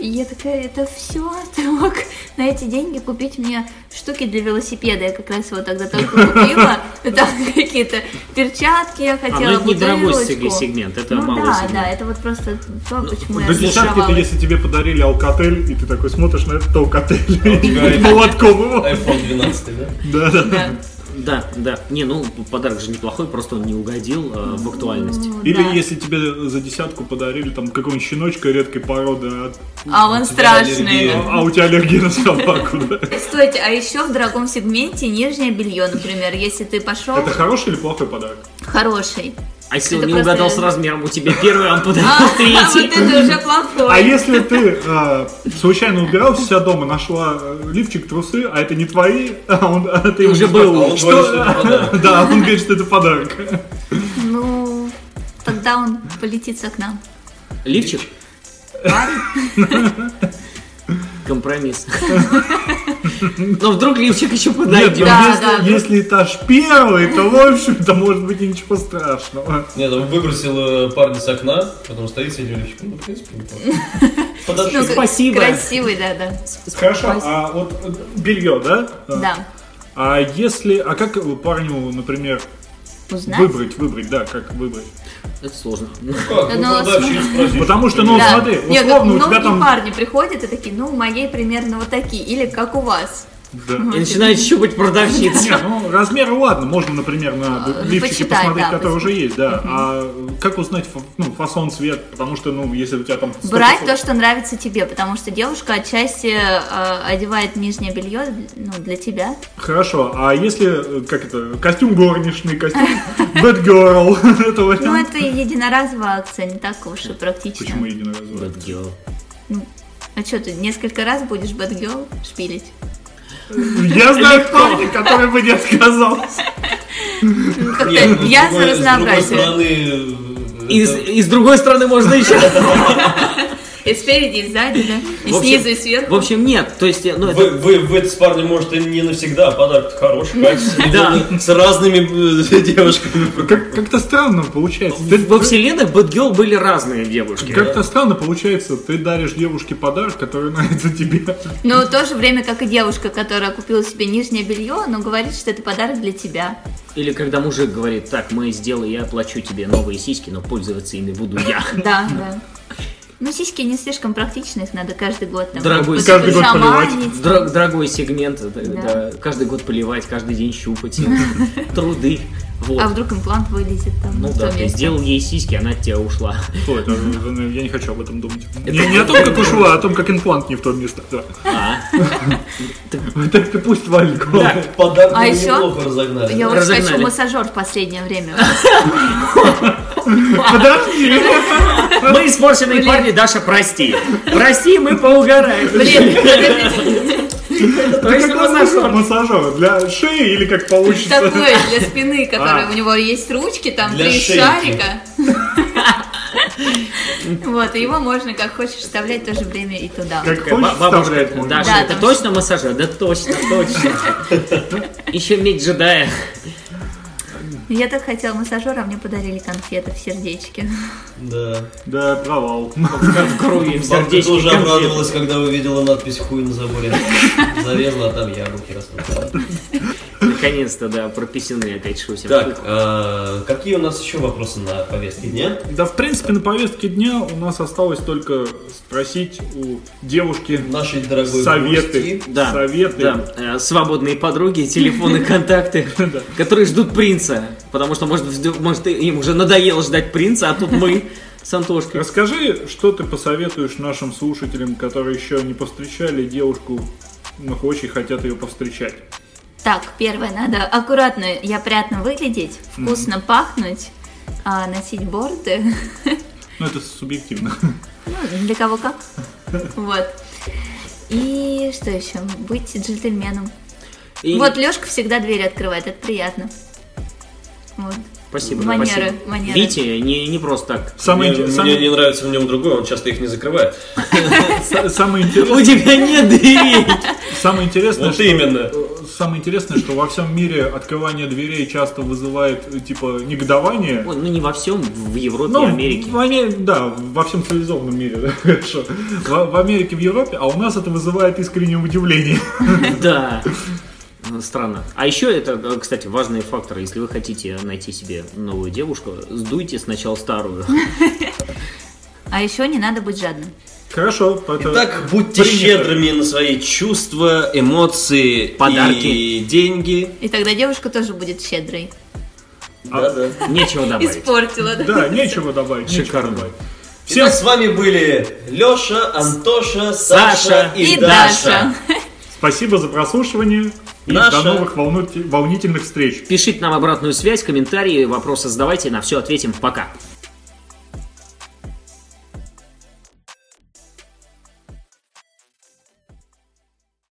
[SPEAKER 2] И я такая, это все, ты мог на эти деньги купить мне штуки для велосипеда. Я как раз его тогда только купила. Там какие-то перчатки
[SPEAKER 3] А,
[SPEAKER 2] я
[SPEAKER 3] ну
[SPEAKER 2] хотела,
[SPEAKER 3] это не дорогой сег-
[SPEAKER 2] бутылочку.
[SPEAKER 3] сегмент, это
[SPEAKER 2] Ну
[SPEAKER 3] малый
[SPEAKER 2] да,
[SPEAKER 3] сегмент.
[SPEAKER 2] да, это вот просто то, почему я
[SPEAKER 5] Ну, До десятки, то
[SPEAKER 2] разочаровалась.
[SPEAKER 5] если тебе подарили алкотель, и ты такой смотришь на этот алкотель
[SPEAKER 6] тебя
[SPEAKER 5] и молотком его.
[SPEAKER 6] iPhone 12, да?
[SPEAKER 5] Да, да.
[SPEAKER 2] Да.
[SPEAKER 3] Да, да. Не, ну подарок же неплохой, просто он не угодил э, в актуальность.
[SPEAKER 2] Ну,
[SPEAKER 5] Или
[SPEAKER 2] да.
[SPEAKER 5] если тебе за десятку подарили там какого-нибудь щеночка редкой породы, а,
[SPEAKER 2] А он страшный.
[SPEAKER 6] аллергия.
[SPEAKER 5] а у тебя аллергия на собаку, да?
[SPEAKER 2] Стойте, а еще в дорогом сегменте нижнее белье, например, если ты пошел
[SPEAKER 5] Это хороший или плохой подарок?
[SPEAKER 2] хороший.
[SPEAKER 3] А если он
[SPEAKER 2] Это
[SPEAKER 3] не
[SPEAKER 2] просто-
[SPEAKER 3] угадал с размером, у тебя первый, а он
[SPEAKER 2] А,
[SPEAKER 3] подарил
[SPEAKER 2] вот
[SPEAKER 3] третий.
[SPEAKER 2] это уже
[SPEAKER 5] А
[SPEAKER 2] плохой.
[SPEAKER 5] если ты э, случайно убиралась у себя дома, нашла э, лифчик, трусы, а это не твои, а, он, а ты
[SPEAKER 3] Уже
[SPEAKER 5] ему сказал,
[SPEAKER 3] был.
[SPEAKER 6] А он
[SPEAKER 5] Что?
[SPEAKER 6] говорит, что это подарок.
[SPEAKER 5] Да, он говорит, что это подарок.
[SPEAKER 2] Ну, тогда он полетит с окна.
[SPEAKER 3] Лифчик? А?
[SPEAKER 2] Парень?
[SPEAKER 3] Компромисс. Но вдруг лифчик еще
[SPEAKER 5] Нет,
[SPEAKER 3] подойдет.
[SPEAKER 5] ну,
[SPEAKER 2] Да,
[SPEAKER 5] если,
[SPEAKER 2] да, да.
[SPEAKER 5] если этаж первый, то, в общем-то, может быть и ничего страшного.
[SPEAKER 6] Нет, он выбросил э, парня с окна, потом стоит с этим лифчиком. Ну, в принципе, неплохо.
[SPEAKER 2] Ну,
[SPEAKER 6] Подошел.
[SPEAKER 2] как-
[SPEAKER 3] спасибо.
[SPEAKER 2] Красивый, да, да.
[SPEAKER 5] Хорошо, а вот белье, да?
[SPEAKER 2] Да.
[SPEAKER 5] А если, а как парню, например,
[SPEAKER 2] узнать.
[SPEAKER 5] Выбрать, выбрать, да, как выбрать.
[SPEAKER 3] Это сложно.
[SPEAKER 2] Да, ну,
[SPEAKER 5] Потому что, ну,
[SPEAKER 2] Да.
[SPEAKER 5] смотри,
[SPEAKER 2] Нет, ну,
[SPEAKER 5] условно у
[SPEAKER 2] как
[SPEAKER 5] тебя
[SPEAKER 2] многие
[SPEAKER 5] там...
[SPEAKER 2] парни приходят и такие, ну, у моей примерно вот такие, или как у вас.
[SPEAKER 5] Да.
[SPEAKER 3] И начинает щупать продавщиц.
[SPEAKER 5] Не, ну размеры ладно, можно, например, на
[SPEAKER 2] А,
[SPEAKER 5] лифчике
[SPEAKER 2] почитать,
[SPEAKER 5] посмотреть,
[SPEAKER 2] да,
[SPEAKER 5] который
[SPEAKER 2] пусть.
[SPEAKER 5] уже есть, да. А как узнать фа- ну, фасон, цвет? Потому что, ну, если у тебя там... сто
[SPEAKER 2] Брать
[SPEAKER 5] пятьсот-
[SPEAKER 2] то, что нравится тебе, потому что девушка отчасти э, одевает нижнее белье ну, для тебя.
[SPEAKER 5] Хорошо, а если, э, как это, костюм горничный, костюм bad girl, это
[SPEAKER 2] Ну,
[SPEAKER 5] вариант?
[SPEAKER 2] это единоразовая акция, не так уж и практично.
[SPEAKER 5] Почему единоразовый?
[SPEAKER 2] А что ты, несколько раз будешь бэтгелл шпилить?
[SPEAKER 5] Я знаю парня, который бы не отказался.
[SPEAKER 2] Ну, как-то
[SPEAKER 6] Нет, ну, с
[SPEAKER 2] я за
[SPEAKER 6] другой- э, С другой
[SPEAKER 2] разнообразие.
[SPEAKER 6] стороны,
[SPEAKER 3] И, с- и с другой стороны можно еще.
[SPEAKER 2] И спереди, и сзади, да? И
[SPEAKER 3] В общем-
[SPEAKER 2] снизу, и
[SPEAKER 3] В
[SPEAKER 2] сверху.
[SPEAKER 3] общем, нет. То есть, э, ну, это
[SPEAKER 6] Вы, вы, вы это с парнем, может, и не навсегда, а подарок хороший, качественный,
[SPEAKER 3] Да.
[SPEAKER 6] с разными э, девушками.
[SPEAKER 5] Как- Как-то странно получается. Ты-
[SPEAKER 3] во вселенных Бэтгелл были разные девушки.
[SPEAKER 5] Как-то странно получается, ты даришь девушке подарок, который нравится тебе.
[SPEAKER 2] Но в то же время, как и девушка, которая купила себе нижнее белье, но говорит, что это подарок для тебя.
[SPEAKER 3] Или когда мужик говорит, так, мы сделай, я плачу тебе новые сиськи, но пользоваться ими буду я.
[SPEAKER 2] Да, да. Ну, сиськи не слишком практичны, их надо каждый год там...
[SPEAKER 3] Дорогой
[SPEAKER 2] вот
[SPEAKER 5] Каждый год
[SPEAKER 2] шаманить.
[SPEAKER 3] Дро- Дорогой сегмент, это,
[SPEAKER 2] Да.
[SPEAKER 3] да, каждый год поливать, каждый день щупать, труды.
[SPEAKER 2] А
[SPEAKER 3] Вот.
[SPEAKER 2] вдруг имплант вылезет там
[SPEAKER 3] Ну
[SPEAKER 2] в то
[SPEAKER 3] да, ты
[SPEAKER 2] место?
[SPEAKER 3] сделал ей сиськи, она от тебя ушла.
[SPEAKER 5] Ой, это, ну, Я не хочу об этом думать. Не не о том, как ушла, а о том, как имплант не в том место. Да.
[SPEAKER 3] А.
[SPEAKER 5] Так ты пусть валит.
[SPEAKER 3] Да.
[SPEAKER 6] Подарки
[SPEAKER 2] А
[SPEAKER 6] мы
[SPEAKER 2] еще-
[SPEAKER 6] неплохо разогнали.
[SPEAKER 2] Я очень хочу
[SPEAKER 3] Разогнали.
[SPEAKER 2] массажер в последнее время.
[SPEAKER 5] Подожди. ну,
[SPEAKER 3] Мы испорченные парни, Даша, прости. Прости, мы поугараем. То есть
[SPEAKER 5] Как
[SPEAKER 3] массажер.
[SPEAKER 5] массажер для шеи или как получится?
[SPEAKER 2] Такой для спины, который
[SPEAKER 5] А.
[SPEAKER 2] у него есть ручки, там
[SPEAKER 6] Для
[SPEAKER 2] три
[SPEAKER 6] шейки.
[SPEAKER 2] шарика. Вот, и его можно как хочешь вставлять в то же время и туда.
[SPEAKER 5] Как хочешь,
[SPEAKER 3] Ба- Бабушка,
[SPEAKER 5] вставлять можно.
[SPEAKER 3] Даша,
[SPEAKER 2] Да,
[SPEAKER 3] это
[SPEAKER 2] там-
[SPEAKER 3] точно массажер? Да точно, точно. Еще медь джедая.
[SPEAKER 2] Я так хотела массажера, а мне подарили конфеты в сердечке.
[SPEAKER 6] Да.
[SPEAKER 5] Да, провал.
[SPEAKER 3] В крови, в
[SPEAKER 6] Бабка
[SPEAKER 3] сердечке,
[SPEAKER 6] тоже
[SPEAKER 3] конфеты.
[SPEAKER 6] обрадовалась, когда увидела надпись «Хуй на заборе». Залезла, а там яблоки растут.
[SPEAKER 3] Наконец-то, да, прописаны опять шутим.
[SPEAKER 6] Так, а, какие у нас еще вопросы на повестке дня?
[SPEAKER 5] Да, в принципе, на повестке дня у нас осталось только спросить у девушки
[SPEAKER 6] Нашей дорогой
[SPEAKER 5] советы.
[SPEAKER 6] гости.
[SPEAKER 3] Да,
[SPEAKER 5] Советы.
[SPEAKER 3] да, э, свободные подруги, телефоны, контакты, которые ждут принца, потому что, может, вз- может, и- им уже надоело ждать принца, а тут мы с Антошкой.
[SPEAKER 5] Расскажи, что ты посоветуешь нашим слушателям, которые еще не повстречали девушку, но очень хотят ее повстречать.
[SPEAKER 2] Так, первое, надо аккуратно и опрятно выглядеть, вкусно пахнуть, а, носить борты.
[SPEAKER 5] Ну, это субъективно.
[SPEAKER 2] Ну, для кого как. Вот. И что еще? Быть джентльменом.
[SPEAKER 3] И-
[SPEAKER 2] Вот Лешка всегда двери открывает, это приятно. Вот.
[SPEAKER 3] Спасибо,
[SPEAKER 2] манеры,
[SPEAKER 3] спасибо.
[SPEAKER 2] манеры.
[SPEAKER 3] Витя не, не просто так.
[SPEAKER 5] Самое,
[SPEAKER 6] Мне-
[SPEAKER 5] инте-
[SPEAKER 6] Мне
[SPEAKER 5] самое-
[SPEAKER 6] не нравится в нем другое, он часто их не закрывает.
[SPEAKER 5] са- самое
[SPEAKER 3] У
[SPEAKER 5] интерес-
[SPEAKER 3] тебя нет дверей!
[SPEAKER 5] самое интересное,
[SPEAKER 6] Вот
[SPEAKER 5] что-
[SPEAKER 6] именно.
[SPEAKER 5] Самое интересное, что во всем мире открывание дверей часто вызывает э, типа негодование. Ну,
[SPEAKER 3] Ой, Ну, не во всем, в Европе
[SPEAKER 2] Ну,
[SPEAKER 3] и Америке.
[SPEAKER 5] в Аме- да, во всем цивилизованном мире, да, хорошо. В, в Америке, в Европе, а у нас это вызывает искреннее удивление.
[SPEAKER 3] Да. Ну, Странно. А еще это, э, кстати, важный фактор. Если вы хотите найти себе новую девушку, сдуйте сначала старую.
[SPEAKER 2] А еще не надо быть жадным.
[SPEAKER 5] Хорошо, это
[SPEAKER 6] Итак, будьте
[SPEAKER 5] принято.
[SPEAKER 6] щедрыми на свои чувства, эмоции,
[SPEAKER 3] Подарки.
[SPEAKER 6] и деньги.
[SPEAKER 2] И тогда девушка тоже будет щедрой.
[SPEAKER 6] Да-да.
[SPEAKER 3] Нечего добавить.
[SPEAKER 2] Испортила, да?
[SPEAKER 5] Да, нечего добавить. нечего
[SPEAKER 3] Шикарно.
[SPEAKER 5] добавить.
[SPEAKER 6] Всем с вами были Леша, Антоша, Саша,
[SPEAKER 3] Саша
[SPEAKER 6] и,
[SPEAKER 2] И
[SPEAKER 6] Даша.
[SPEAKER 2] Даша.
[SPEAKER 5] Спасибо за прослушивание. И
[SPEAKER 6] Наша-
[SPEAKER 5] до новых волну- волнительных встреч.
[SPEAKER 3] Пишите нам обратную связь, комментарии, вопросы задавайте, на все ответим. Пока.